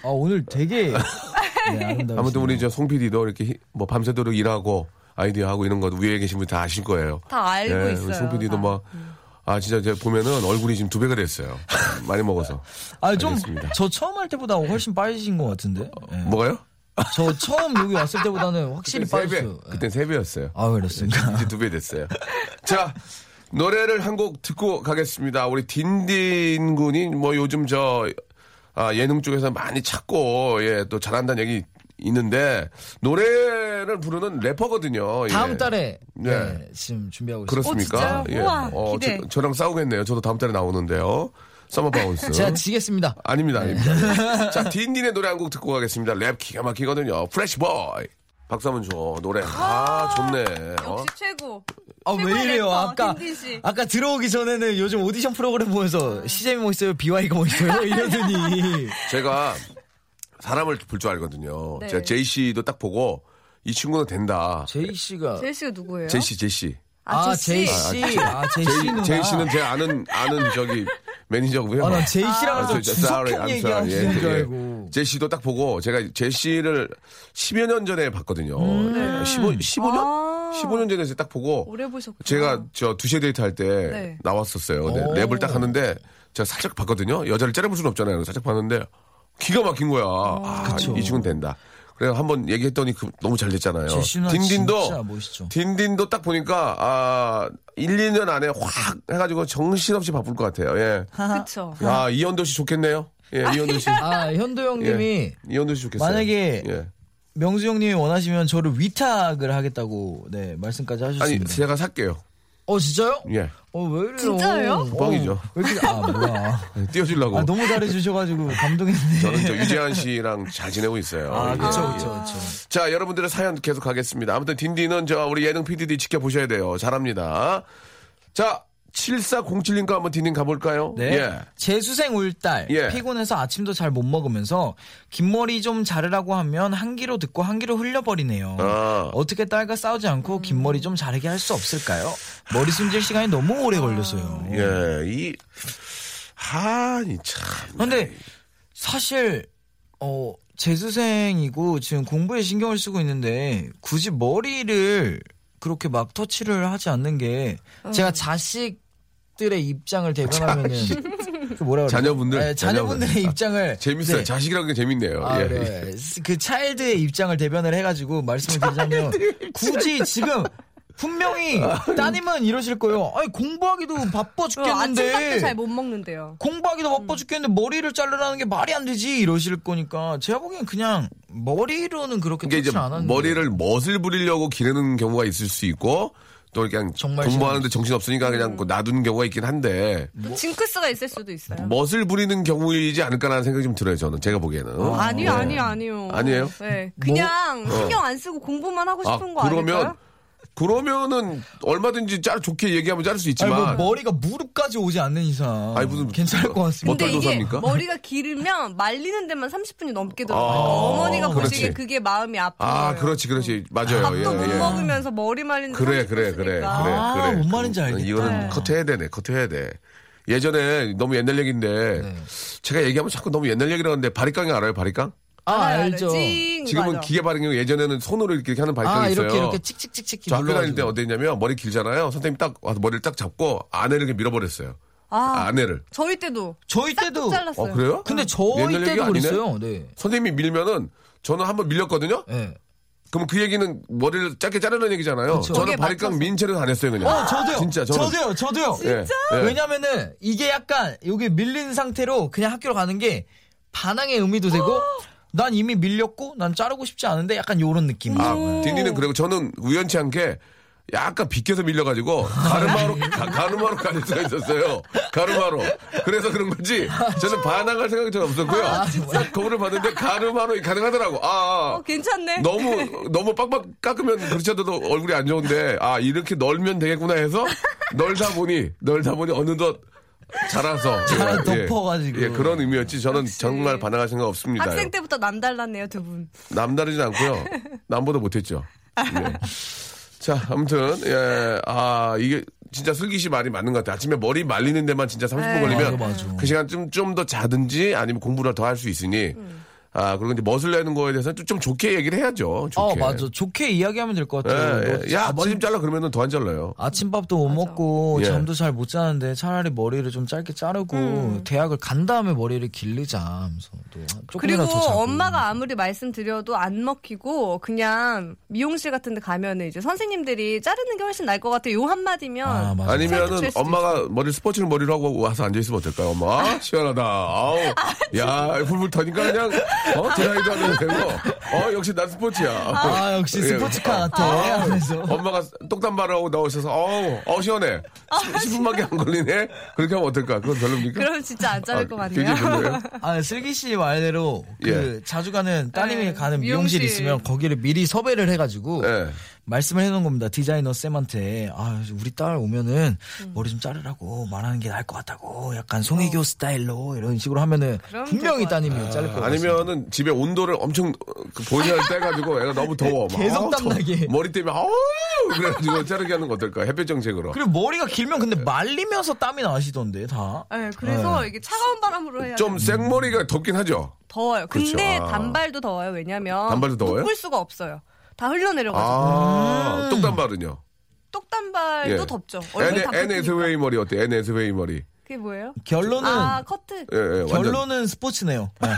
Speaker 6: 아, 오늘 되게 네, 아름다우시네요.
Speaker 3: 아무튼 우리 저 송 PD도 이렇게 히- 뭐 밤새도록 일하고 아이디어 하고 이런 거 위에 계신 분 다 아실 거예요.
Speaker 7: 다 알고
Speaker 3: 예,
Speaker 7: 있어요.
Speaker 3: 우리 송 PD도
Speaker 7: 다.
Speaker 3: 막. 아 진짜 제가 보면은 얼굴이 지금 두 배가 됐어요. 많이 먹어서.
Speaker 6: 아, 좀,
Speaker 3: 알겠습니다.
Speaker 6: 저 처음 할 때보다 훨씬 빠지신 것 같은데. 예.
Speaker 3: 뭐가요?
Speaker 6: 저 처음 여기 왔을 때보다는 확실히
Speaker 3: 세 배.
Speaker 6: 빠졌어요. 예.
Speaker 3: 그땐 세 배였어요.
Speaker 6: 아, 그랬습니까?
Speaker 3: 이제 두 배 됐어요. 자, 노래를 한 곡 듣고 가겠습니다. 우리 딘딘 군이 뭐 요즘 저 아, 예능 쪽에서 많이 찾고 예, 또 잘한다는 얘기 있는데 노래를 부르는 래퍼거든요. 예.
Speaker 6: 다음 달에
Speaker 3: 네.
Speaker 6: 예, 지금 준비하고 있습니다.
Speaker 3: 그렇습니까? 예.
Speaker 7: 어, 진짜요? 우와, 기대.
Speaker 3: 저, 랑 싸우겠네요. 저도 다음 달에 나오는데요. 서머 바운스.
Speaker 6: 제가 지겠습니다.
Speaker 3: 아닙니다,
Speaker 6: 네.
Speaker 3: 아닙니다. 자, 딘딘의 노래 한 곡 듣고 가겠습니다. 랩 기가 막히거든요. 프레시 보이. 박수 한번 줘. 노래. 아, 좋네. 어?
Speaker 7: 역시 최고.
Speaker 6: 아, 왜
Speaker 7: 최고의
Speaker 6: 이래요?
Speaker 7: 래퍼,
Speaker 6: 아까,
Speaker 7: 딘딘 씨. 아.
Speaker 6: 아까 들어오기 전에는 요즘 오디션 프로그램 보면서 시잼이 뭐 있어요? 비와이가 뭐 있어요? 이러더니.
Speaker 3: 제가 사람을 볼 줄 알거든요.
Speaker 7: 네.
Speaker 3: 제가 제이 씨도 딱 보고 이 친구는 된다.
Speaker 6: 제이씨가.
Speaker 7: 제이 씨가 누구예요?
Speaker 3: 제이 씨, 제이 씨.
Speaker 6: 아,
Speaker 7: 제이 씨.
Speaker 6: 제이씨. 아, 제이씨 누나.
Speaker 3: 제이, 제이 씨는 제 아는 아는 저기 매니저고요.
Speaker 6: 아, 난 제이씨랑
Speaker 3: 아,
Speaker 6: 해서
Speaker 3: 저- 저- sorry,
Speaker 6: 주석형
Speaker 3: I'm sorry.
Speaker 6: 얘기하시는
Speaker 3: 예,
Speaker 6: 줄
Speaker 3: 예.
Speaker 6: 알고.
Speaker 3: 제이 씨도 딱 보고 제가 제이 씨를 10여 년 전에 봤거든요. 15, 15년?
Speaker 7: 음, 네. 아.
Speaker 3: 15년 전에 딱 보고
Speaker 7: 오래 보셨구나.
Speaker 6: 어.
Speaker 3: 제가 저 두시에 데이트 할 때
Speaker 7: 네.
Speaker 3: 나왔었어요. 근데
Speaker 6: 오.
Speaker 3: 랩을 딱 하는데 제가 살짝 봤거든요. 여자를 째려볼 수는 없잖아요. 그래서 살짝 봤는데 기가 막힌 거야. 아,
Speaker 6: 어. 그쵸.
Speaker 3: 이 친구는 된다. 그래서 한번 얘기했더니 그- 너무 잘 됐잖아요.
Speaker 6: 제이 씨는 진짜
Speaker 3: 딘딘도
Speaker 6: 멋있죠.
Speaker 3: 딘딘도 딱 보니까 아 1, 2년 안에 확 해가지고 정신없이 바쁠 것 같아요. 예.
Speaker 7: 그쵸. 어,
Speaker 3: 아 이현도 씨 좋겠네요. 예, 이현도 씨.
Speaker 6: 아, 현도 형님이
Speaker 3: 예, 이현도 씨 좋겠어요.
Speaker 6: 만약에
Speaker 3: 예.
Speaker 6: 명수 형님이 원하시면 저를 위탁을 하겠다고 네 말씀까지
Speaker 3: 아니
Speaker 6: 하셨습니다.
Speaker 3: 제가 살게요.
Speaker 6: 어 진짜요?
Speaker 3: 예.
Speaker 6: 어 왜 이래요?
Speaker 7: 진짜예요?
Speaker 6: 어,
Speaker 3: 뻥이죠.
Speaker 6: 왜 이렇게 아 뭐야?
Speaker 3: 띄워주려고.
Speaker 6: 아 너무 잘해주셔가지고 감동했네.
Speaker 3: 저는 저 유재한 씨랑 잘 지내고 있어요.
Speaker 6: 아
Speaker 3: 예,
Speaker 6: 그쵸
Speaker 3: 예.
Speaker 6: 그쵸 그쵸.
Speaker 3: 자, 여러분들의 사연 계속 가겠습니다. 아무튼 딘딘은 저 우리 예능 PDD 지켜보셔야 돼요. 잘합니다. 자, 7407님과 한번 딘딘 가볼까요?
Speaker 6: 네.
Speaker 3: 예.
Speaker 6: 재수생 울딸
Speaker 3: 예.
Speaker 6: 피곤해서 아침도 잘 못 먹으면서 긴 머리 좀 자르라고 하면 한 귀로 듣고 한 귀로 흘려버리네요.
Speaker 3: 아.
Speaker 6: 어떻게 딸과 싸우지 않고 긴 머리 좀 자르게 할 수 없을까요? 머리 숨질 시간이 너무 오래 걸려서요.
Speaker 3: 예, 이, 하, 이 참.
Speaker 6: 근데 사실 어 재수생이고 지금 공부에 신경을 쓰고 있는데 굳이 머리를 그렇게 막 터치를 하지 않는 게 제가 자식들의 입장을 대변하면은 그 뭐라 그래요?
Speaker 3: 자녀분들?
Speaker 6: 네, 자녀분들의
Speaker 3: 자녀분들. 아,
Speaker 6: 입장을
Speaker 3: 재밌어요.
Speaker 6: 네.
Speaker 3: 자식이라는 게 재밌네요.
Speaker 6: 아,
Speaker 3: 예.
Speaker 6: 네. 그 차일드의 입장을 대변을 해가지고 말씀을 드리자면 굳이 지금 분명히
Speaker 3: 아,
Speaker 6: 따님은 이러실 거예요. 아니 공부하기도 바빠
Speaker 7: 어, 아침밥도
Speaker 6: 죽겠는데
Speaker 7: 잘 못 음. 먹는데요.
Speaker 6: 공부하기도 바빠 죽겠는데 머리를 자르라는 게 말이 안 되지 이러실 거니까 제가 보기엔 그냥 머리로는 그렇게
Speaker 3: 이게 이제
Speaker 6: 터치는 안 하는데
Speaker 3: 머리를 멋을 부리려고 기르는 경우가 있을 수 있고, 또 그냥
Speaker 6: 정말 음.
Speaker 3: 공부하는데 정신 없으니까 그냥 그 놔둔 경우가 있긴 한데,
Speaker 7: 또 징크스가 있을 수도 있어요.
Speaker 3: 멋을 부리는 경우이지 않을까라는 생각이 좀 들어요, 저는. 제가 보기에는.
Speaker 7: 아니요, 아니요, 아니요.
Speaker 3: 뭐? 네. 아니에요? 뭐? 어.
Speaker 7: 네, 그냥 신경 안 쓰고 공부만 하고 싶은 거 아닐까요?
Speaker 3: 그러면은 얼마든지 짤 좋게 얘기하면 자를 수
Speaker 6: 아니, 뭐
Speaker 3: 있지만
Speaker 6: 머리가 무릎까지 오지 않는 이상
Speaker 3: 아니, 무슨-
Speaker 6: 괜찮을 것 같습니다.
Speaker 7: 근데 이게
Speaker 3: 도사입니까?
Speaker 7: 머리가 길으면 말리는 데만 30분이 넘게 들어가요.
Speaker 3: 아,
Speaker 7: 어머니가
Speaker 3: 그렇지.
Speaker 7: 보시기에 그게 마음이 아픈
Speaker 3: 아
Speaker 7: 거예요.
Speaker 3: 그렇지 그렇지 맞아요
Speaker 7: 음. 밥도
Speaker 3: 예,
Speaker 7: 못
Speaker 3: 예.
Speaker 7: 먹으면서 머리 말리는
Speaker 3: 그래
Speaker 7: 30분
Speaker 3: 그래 그래 그래
Speaker 7: 쓰니까.
Speaker 6: 아,
Speaker 3: 그래
Speaker 6: 뭔 말인지 알겠다.
Speaker 3: 이거는
Speaker 6: 네.
Speaker 3: 커트해야 되네 커트해야 돼 예전에 너무 옛날 얘기인데
Speaker 6: 네.
Speaker 3: 제가 얘기하면 자꾸 너무 옛날 얘기라고 하는데 바리깡이 알아요 바리깡
Speaker 6: 아
Speaker 7: 알아요, 알아요.
Speaker 6: 알죠.
Speaker 7: 찡,
Speaker 3: 지금은
Speaker 7: 음, 맞아.
Speaker 3: 기계 바리깡이고 예전에는 손으로 이렇게 하는 바리깡이
Speaker 6: 아
Speaker 3: 네, 있어요
Speaker 6: 이렇게 이렇게 찍찍찍찍
Speaker 3: 저 학교 다닐 때
Speaker 6: 눌러가지고.
Speaker 3: 어땠냐면 머리 길잖아요 선생님이 딱 와서 머리를 딱 잡고 아내를 이렇게 밀어버렸어요
Speaker 7: 아,
Speaker 3: 아내를
Speaker 7: 저희 때도
Speaker 6: 저희 때도
Speaker 7: 잘랐어요.
Speaker 3: 어 그래요?
Speaker 6: 근데 저희
Speaker 3: 옛날 얘기
Speaker 6: 때도
Speaker 3: 아니네?
Speaker 6: 그랬어요. 네.
Speaker 3: 선생님이 밀면은 저는 한번 밀렸거든요
Speaker 6: 네.
Speaker 3: 그럼 그 얘기는 머리를 짧게 자르는 얘기잖아요.
Speaker 7: 거기에
Speaker 3: 저는 바리깡
Speaker 7: 맞춰서.
Speaker 3: 민 채로 다녔어요 그냥.
Speaker 6: 어, 저도요.
Speaker 3: 진짜 저는.
Speaker 6: 저도요. 저도요.
Speaker 3: 예, 예.
Speaker 6: 왜냐면은 이게 약간 여기 밀린 상태로 그냥 학교로 가는 게 반항의 의미도 되고 난 이미 밀렸고 난 자르고 싶지 않은데 약간 요런 느낌.
Speaker 3: 아, 딘딘은 그리고 저는 우연치 않게 약간 빗겨서 밀려가지고 가르마로 가, 가르마로 가릴 수가 있었어요. 가르마로. 그래서 그런 건지 저는 반항할 생각이 전혀 없었고요. 거울을 봤는데 가르마로 가능하더라고. 아, 아.
Speaker 7: 어, 괜찮네.
Speaker 3: 너무 너무 빡빡 깎으면 그렇지 않아도 얼굴이 안 좋은데 아 이렇게 널면 되겠구나 해서 널다 보니 널다 보니 어느덧 자라서
Speaker 6: 잘
Speaker 3: 예, 예.
Speaker 6: 덮어가지고.
Speaker 3: 예, 그런 의미였지 저는 정말 반항할 생각 없습니다.
Speaker 7: 학생 때부터 남달랐네요, 두 분.
Speaker 3: 남다르진 않고요. 남보다 못했죠. 예. 자, 아무튼 예, 아 이게 진짜 슬기 씨 말이 맞는 것 같아요. 아침에 머리 말리는 데만 진짜 30분 걸리면
Speaker 6: 네, 맞아, 맞아.
Speaker 7: 음.
Speaker 3: 그 시간 좀 좀 더 자든지 아니면 공부를 더 할 수 있으니 아, 그리고 이제 멋을 내는 거에 대해서는 좀, 좀 좋게 얘기를 해야죠. 좋게.
Speaker 6: 어 맞아 좋게 이야기하면 될 것
Speaker 3: 예,
Speaker 6: 같아요.
Speaker 3: 예.
Speaker 6: 너
Speaker 3: 야,
Speaker 6: 아침-
Speaker 3: 머리 좀 잘라 그러면 더 안 잘라요.
Speaker 6: 아침밥도 못 먹고
Speaker 3: 예.
Speaker 6: 잠도 잘 못 자는데 차라리 머리를 좀 짧게 자르고
Speaker 7: 음.
Speaker 6: 대학을 간 다음에 머리를 기르자 하면서 또
Speaker 7: 그리고
Speaker 6: 조금이라도 더 자고.
Speaker 7: 엄마가 아무리 말씀드려도 안 먹히고 그냥 미용실 같은 데 가면 은 이제 선생님들이 자르는 게 훨씬 나을 것 같아요. 요 한마디면
Speaker 6: 아, 맞아.
Speaker 3: 아니면은
Speaker 7: 셀프 트레스
Speaker 3: 엄마가 머리 스포츠를 머리로 하고 와서 앉아 있으면 어떨까요? 엄마 아, 시원하다. 아우, 야 불불 터니까 그냥 어 드라이도 하면 되고. 어 역시 난 스포츠야.
Speaker 6: 아 역시
Speaker 3: 예.
Speaker 6: 스포츠카 같아 하면서
Speaker 3: 엄마가 똑단발을 하고 나오셔서 어우 어 시원해. 10분밖에 안 걸리네. 그렇게 하면 어떨까? 그건 별로입니까? 아,
Speaker 7: 그럼 진짜 안 자를 것 같네요.
Speaker 3: 굉장히 별로예요.
Speaker 6: 아 슬기 씨 말대로 그
Speaker 3: 예.
Speaker 6: 자주 가는 따님이
Speaker 7: 네,
Speaker 6: 가는 미용실,
Speaker 7: 미용실.
Speaker 6: 있으면 거기를 미리 섭외를 해가지고
Speaker 3: 네.
Speaker 6: 말씀을 해놓은 겁니다 디자이너 쌤한테 아 우리 딸 오면은
Speaker 7: 음.
Speaker 6: 머리 좀 자르라고 말하는 게 나을 것 같다고 약간 송혜교 스타일로 이런 식으로 하면은
Speaker 7: 어. 그럼
Speaker 6: 분명히
Speaker 7: 될것
Speaker 6: 따님이 자를 것 같아요.
Speaker 3: 아니면은 집에 온도를 엄청 보이를 떼가지고 애가 너무 더워. 막,
Speaker 6: 계속
Speaker 3: 아우, 더-
Speaker 6: 땀나게.
Speaker 3: 머리 때문에 아우 그래가지고 자르게 하는 거 어떨까? 햇볕 정책으로.
Speaker 6: 그리고 머리가 길면 근데 말리면서 땀이 나시던데 다.
Speaker 7: 네, 그래서 이게 차가운 바람으로 해야
Speaker 3: 좀 생머리가 덥긴 하죠.
Speaker 7: 더워요. 근데
Speaker 3: 그렇죠. 아.
Speaker 7: 단발도 더워요. 왜냐면
Speaker 3: 단발도 더워요?
Speaker 7: 묶을 수가 없어요. 다 흘러내려가지고
Speaker 3: 아, 똑단발은요?
Speaker 7: 똑단발도
Speaker 3: 예.
Speaker 7: 덥죠. 얼굴 다
Speaker 3: N, s
Speaker 7: 붓으니까.
Speaker 3: w 머리 어때? NSW 머리.
Speaker 7: 그게 뭐예요?
Speaker 6: 결론은
Speaker 7: 아 커트.
Speaker 3: 예, 예, 완전.
Speaker 6: 결론은 스포츠네요. 네.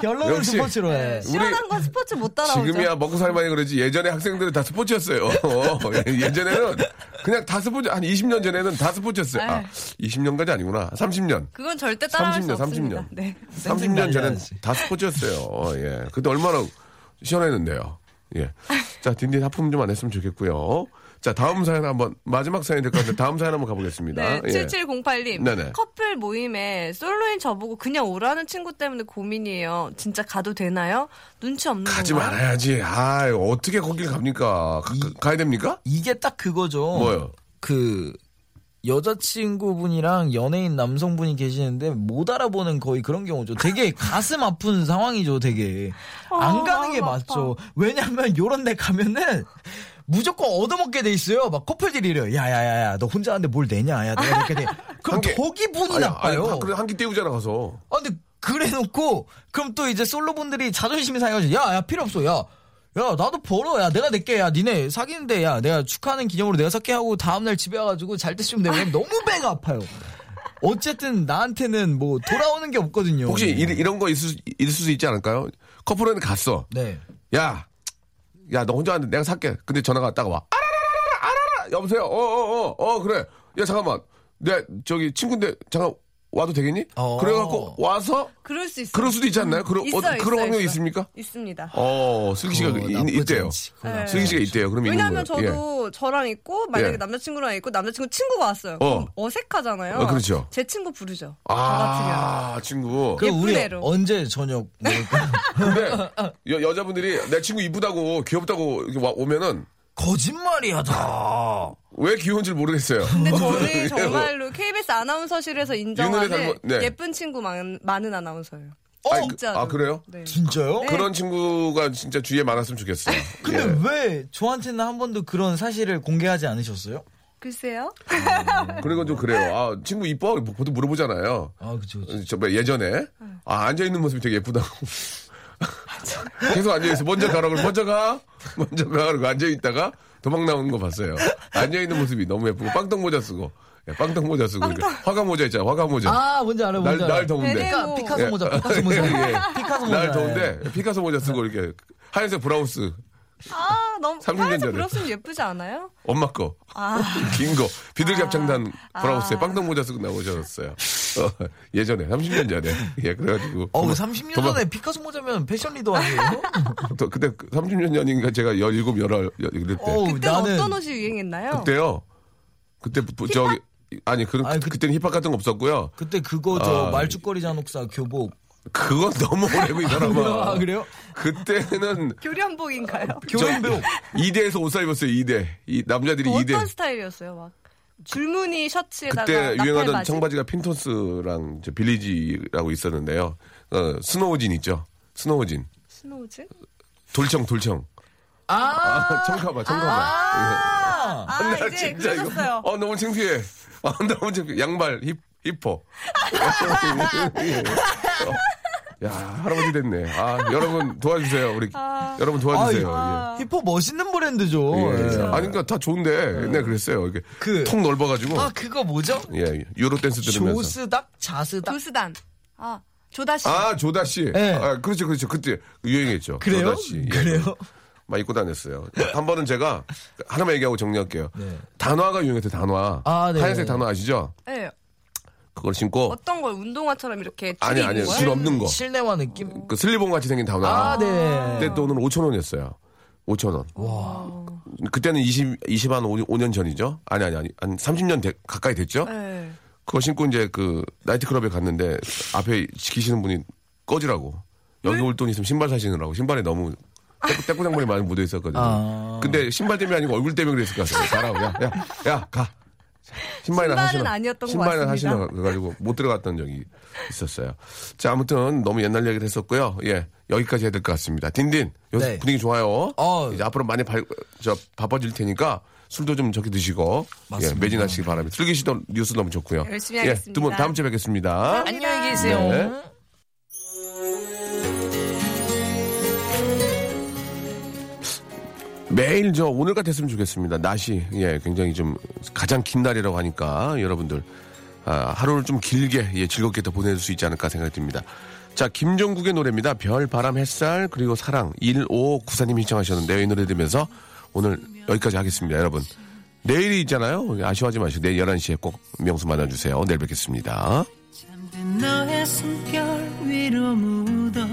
Speaker 6: 결론은
Speaker 3: 역시.
Speaker 6: 스포츠로 해.
Speaker 7: 시원한 건 스포츠 못 따라오죠.
Speaker 3: 지금이야 먹고 살만이 그러지 예전에 학생들은 다 스포츠였어요. 예, 예전에는 그냥 다 스포츠 한 20년 전에는 다 스포츠였어요. 아, 20년까지 아니구나. 30년.
Speaker 7: 그건 절대 따라할
Speaker 3: 30년,
Speaker 7: 수 없습니다.
Speaker 3: 30년.
Speaker 7: 네.
Speaker 3: 30년 전엔
Speaker 6: 난리나지.
Speaker 3: 다 스포츠였어요. 어, 예. 그때 얼마나 시원했는데요. 예. 자, 딘딘 하품 좀 안 했으면 좋겠고요. 자, 다음 사연 한번 마지막 사연 될 것 같은데 다음 사연 한번 가보겠습니다.
Speaker 7: 네,
Speaker 3: 예.
Speaker 7: 7708님.
Speaker 3: 네네.
Speaker 7: 커플 모임에 솔로인 저보고 그냥 오라는 친구 때문에 고민이에요. 진짜 가도 되나요? 눈치 없는
Speaker 3: 가지
Speaker 7: 건가요?
Speaker 3: 말아야지. 아, 어떻게 거길 갑니까? 가, 가야 됩니까?
Speaker 6: 이게 딱 그거죠.
Speaker 3: 뭐요?
Speaker 6: 그 여자친구분이랑 연예인 남성분이 계시는데 못 알아보는 거의 그런 경우죠. 되게 가슴 아픈 상황이죠, 되게.
Speaker 3: 아,
Speaker 6: 안 가는 게 맞죠. 왜냐면 요런 데 가면은 무조건 얻어먹게 돼 있어요. 막 커플들이래요. 야야야야, 너 혼자 하는데 뭘 내냐? 야, 내가 이렇게 돼. 그럼
Speaker 3: 한 개-
Speaker 6: 거기 분이
Speaker 3: 아니,
Speaker 6: 나빠요.
Speaker 3: 아니, 그래 한끼 때우잖아 가서.
Speaker 6: 아, 근데 그래놓고 그럼 또 이제 솔로분들이 자존심이 상해가지고 야야 필요 없어 야. 야 나도 벌어 야 내가 낼게 야 니네 사귀는데 야 내가 축하하는 기념으로 내가 섞게 하고 다음날 집에 와가지고 잘 때쯤 되면 너무 배가 아파요 어쨌든 나한테는 뭐 돌아오는 게 없거든요
Speaker 3: 혹시 이, 런거 있을, 수- 있을 수도 있지 않을까요? 커플은 갔어.
Speaker 6: 네
Speaker 3: 야, 야, 너 혼자 왔는데 내가 살게. 근데 전화가 왔다가 와. 아라라라라, 아라라. 여보세요. 어, 어, 어, 어, 그래. 야, 잠깐만. 내 저기 친구인데 잠깐 와도 되겠니?
Speaker 6: 어.
Speaker 3: 그래갖고 와서
Speaker 7: 그럴 수 있어요.
Speaker 3: 그럴 수도 있지 않나요? 그런
Speaker 7: 있어요,
Speaker 3: 어, 그런
Speaker 7: 있어요,
Speaker 3: 확률이
Speaker 7: 있어요.
Speaker 3: 있습니까?
Speaker 7: 있습니다.
Speaker 3: 어, 슬기 씨가
Speaker 6: 그거
Speaker 3: 이-
Speaker 6: 나쁘지
Speaker 3: 있대요.
Speaker 6: 않지, 그거
Speaker 7: 네.
Speaker 3: 슬기 씨가 있대요. 그럼 있는 거예요.
Speaker 7: 왜냐하면 저도 저랑 있고 만약에
Speaker 3: 예.
Speaker 7: 남자친구랑 있고 남자친구 친구가 왔어요.
Speaker 3: 어.
Speaker 7: 어. 어색하잖아요.
Speaker 3: 어, 그렇죠.
Speaker 7: 제 친구 부르죠.
Speaker 3: 아, 친구.
Speaker 6: 그럼 우리
Speaker 7: 예쁜 애로.
Speaker 6: 언제 저녁 먹을까
Speaker 3: 근데 여, 여자분들이 내 친구 이쁘다고 귀엽다고 이렇게 와- 오면은
Speaker 6: 거짓말이야 다
Speaker 3: 왜 귀여운지 모르겠어요.
Speaker 7: 저 같으면. 근데 저는 정말로 KBS 아나운서실에서 인정하는
Speaker 3: 예. 윤은혜 닮은- 네.
Speaker 7: 예쁜 친구 많, 많은 아나운서예요.
Speaker 3: 아,
Speaker 7: 진짜로.
Speaker 3: 아 그래요?
Speaker 7: 네.
Speaker 6: 진짜요?
Speaker 3: 그런 친구가 진짜 주위에 많았으면 좋겠어요.
Speaker 6: 근데
Speaker 3: 예.
Speaker 6: 왜 저한테는 한 번도 그런 사실을 공개하지 않으셨어요?
Speaker 7: 글쎄요.
Speaker 3: 그리고 좀 그래요. 아 친구 이뻐 보통 물어보잖아요.
Speaker 6: 아 그쵸 그쵸
Speaker 3: 저 뭐야, 예전에 아 앉아 있는 모습이 되게 예쁘다고. 계속 앉아 있어. 먼저 가라고 그러고 먼저 가, 먼저 가 그러고 앉아 있다가 도망 나오는 거 봤어요. 앉아 있는 모습이 너무 예쁘고 빵떡 모자 쓰고 예, 빵떡 모자 쓰고 이렇게 화가 모자 있잖아. 화가 모자.
Speaker 6: 아 뭔지 알아 뭔지
Speaker 3: 날,
Speaker 6: 알아
Speaker 3: 날 더운데.
Speaker 7: 베레모.
Speaker 6: 그러니까 피카, 피카소
Speaker 3: 예.
Speaker 6: 모자, 피카소 모자.
Speaker 3: 예, 예.
Speaker 6: 피카소 모자.
Speaker 3: 날 더운데 피카소 모자 쓰고 이렇게 하얀색 브라우스
Speaker 7: 아 너무
Speaker 3: 30년
Speaker 7: 하얀색
Speaker 3: 전에.
Speaker 7: 불었으면 예쁘지 않아요?
Speaker 3: 엄마 거. 긴 거.
Speaker 7: 아.
Speaker 3: 비둘기합창단 브라우스에 빵떡 모자 쓰고 나오셨어요. 어, 예전에, 30년 전에. 예, 그래가지고.
Speaker 6: 어,
Speaker 3: 도망-
Speaker 6: 30년
Speaker 3: 도망-
Speaker 6: 전에 피카소 모자면 패션 리더 아니에요?
Speaker 3: 또 그때 30년 전인가 제가 17, 18, 이럴 때.
Speaker 6: 어우,
Speaker 7: 그때
Speaker 6: 나는
Speaker 7: 어떤 옷이 유행했나요?
Speaker 3: 그때요. 그때 부- 저기. 아니, 그런,
Speaker 6: 아니, 그-
Speaker 3: 그, 때는 힙합 같은 거 없었고요.
Speaker 6: 그때 그거 저
Speaker 3: 아,
Speaker 6: 말죽거리 잔혹사 교복.
Speaker 3: 그건 너무 오래고, 이 사람아.
Speaker 6: 아, 그래요?
Speaker 3: 그때는. 아,
Speaker 7: 교련복인가요?
Speaker 6: 교인배우.
Speaker 3: 2대에서 옷 사입었어요, 2대. 이, 남자들이
Speaker 7: 그 어떤
Speaker 3: 2대.
Speaker 7: 스타일이었어요? 막 줄무늬 셔츠에다가
Speaker 3: 그때
Speaker 7: 나팔
Speaker 3: 유행하던
Speaker 7: 바지?
Speaker 3: 청바지가 핀토스랑 저 빌리지라고 있었는데요. 어, 스노우진 있죠. 스노우진.
Speaker 7: 스노우즈?
Speaker 3: 돌청 돌청. 아, 청가봐 청가봐.
Speaker 6: 아,
Speaker 7: 아
Speaker 3: 나
Speaker 7: 이제
Speaker 3: 진짜 이거-
Speaker 7: 그러셨어요.
Speaker 3: 어 너무 창피해. 아 너무 창피해. 양발 힙 힙퍼. 야, 할아버지 됐네. 아, 여러분 도와주세요. 우리
Speaker 7: 아.
Speaker 3: 여러분 도와주세요. 예.
Speaker 6: 힙합 멋있는 브랜드죠.
Speaker 3: 예.
Speaker 6: 예.
Speaker 3: 아니, 그러니까 다 좋은데 옛날 그랬어요. 이게
Speaker 6: 그-
Speaker 3: 통 넓어가지고
Speaker 6: 아 그거 뭐죠?
Speaker 3: 예, 예. 유로 댄스 들으면서.
Speaker 6: 조스닥 자스닥
Speaker 7: 조수단. 아, 조다씨.
Speaker 3: 아 조다 씨.
Speaker 6: 예.
Speaker 3: 아, 그렇죠, 그렇죠. 그때 유행했죠.
Speaker 6: 그래요?
Speaker 3: 조다 씨. 예.
Speaker 6: 그래요?
Speaker 3: 막 입고 다녔어요. 한 번은 제가 하나만 얘기하고 정리할게요.
Speaker 6: 네.
Speaker 3: 단화가 유행했어요. 단화.
Speaker 6: 아, 네.
Speaker 3: 하얀색 단화 아시죠?
Speaker 7: 예.
Speaker 3: 그걸 신고
Speaker 7: 어떤 걸 운동화처럼 이렇게
Speaker 3: 아니
Speaker 7: 줄이
Speaker 3: 아니
Speaker 7: 있는 거야?
Speaker 3: 줄 없는 거.
Speaker 6: 실내화 느낌.
Speaker 3: 그 슬리본 같이 생긴 단화.
Speaker 6: 아 네.
Speaker 3: 그때 돈은 5천 원이었어요. 5천 원. 그때는 20, 20 한 5, 년 전이죠? 아니, 아니, 아니. 한 30년 돼- 가까이 됐죠?
Speaker 7: 예.
Speaker 3: 그거 신고 이제 그 나이트클럽에 갔는데 앞에 지키시는 분이 꺼지라고. 여기 올 돈 있으면 신발 사시느라고. 신발에 너무 떼꾸장물이 많이 묻어 있었거든요.
Speaker 6: 아.
Speaker 3: 근데 신발 때문에 아니고 얼굴 때문에 그랬을 것 같아요. 가라고. 야, 야, 야, 가. 신발이나
Speaker 7: 신발은
Speaker 3: 하시라.
Speaker 7: 아니었던 것
Speaker 3: 신발이나
Speaker 7: 같습니다.
Speaker 3: 하시라. 그래가지고 못 들어갔던 적이 있었어요. 자, 아무튼 너무 옛날 얘기를 했었고요. 예. 여기까지 해야 될 것 같습니다. 딘딘. 요새
Speaker 6: 네.
Speaker 3: 분위기 좋아요.
Speaker 6: 어.
Speaker 3: 이제 앞으로 많이 발, 저, 바빠질 테니까 술도 좀 적게 드시고. 예,
Speaker 6: 맞습니다.
Speaker 3: 매진하시기 바랍니다. 슬기 씨도 뉴스 너무 좋고요.
Speaker 7: 열심히
Speaker 3: 예,
Speaker 7: 하겠습니다.
Speaker 3: 두분 다음 주에 뵙겠습니다.
Speaker 6: 안녕히 계세요.
Speaker 3: 네. 매일 저 오늘 같았으면 좋겠습니다. 낮이 예 굉장히 좀 가장 긴 날이라고 하니까 여러분들 아, 하루를 좀 길게 예 즐겁게 더 보낼 수 있지 않을까 생각이 듭니다. 자 김종국의 노래입니다. 별 바람 햇살 그리고 사랑 1594님이 신청하셨는데요. 이 노래 들으면서 오늘 여기까지 하겠습니다. 여러분 내일이 있잖아요. 아쉬워하지 마시고 내일 11시에 꼭 명수 만나주세요. 내일 뵙겠습니다.
Speaker 8: 잠든 너의 숨결 위로 묻어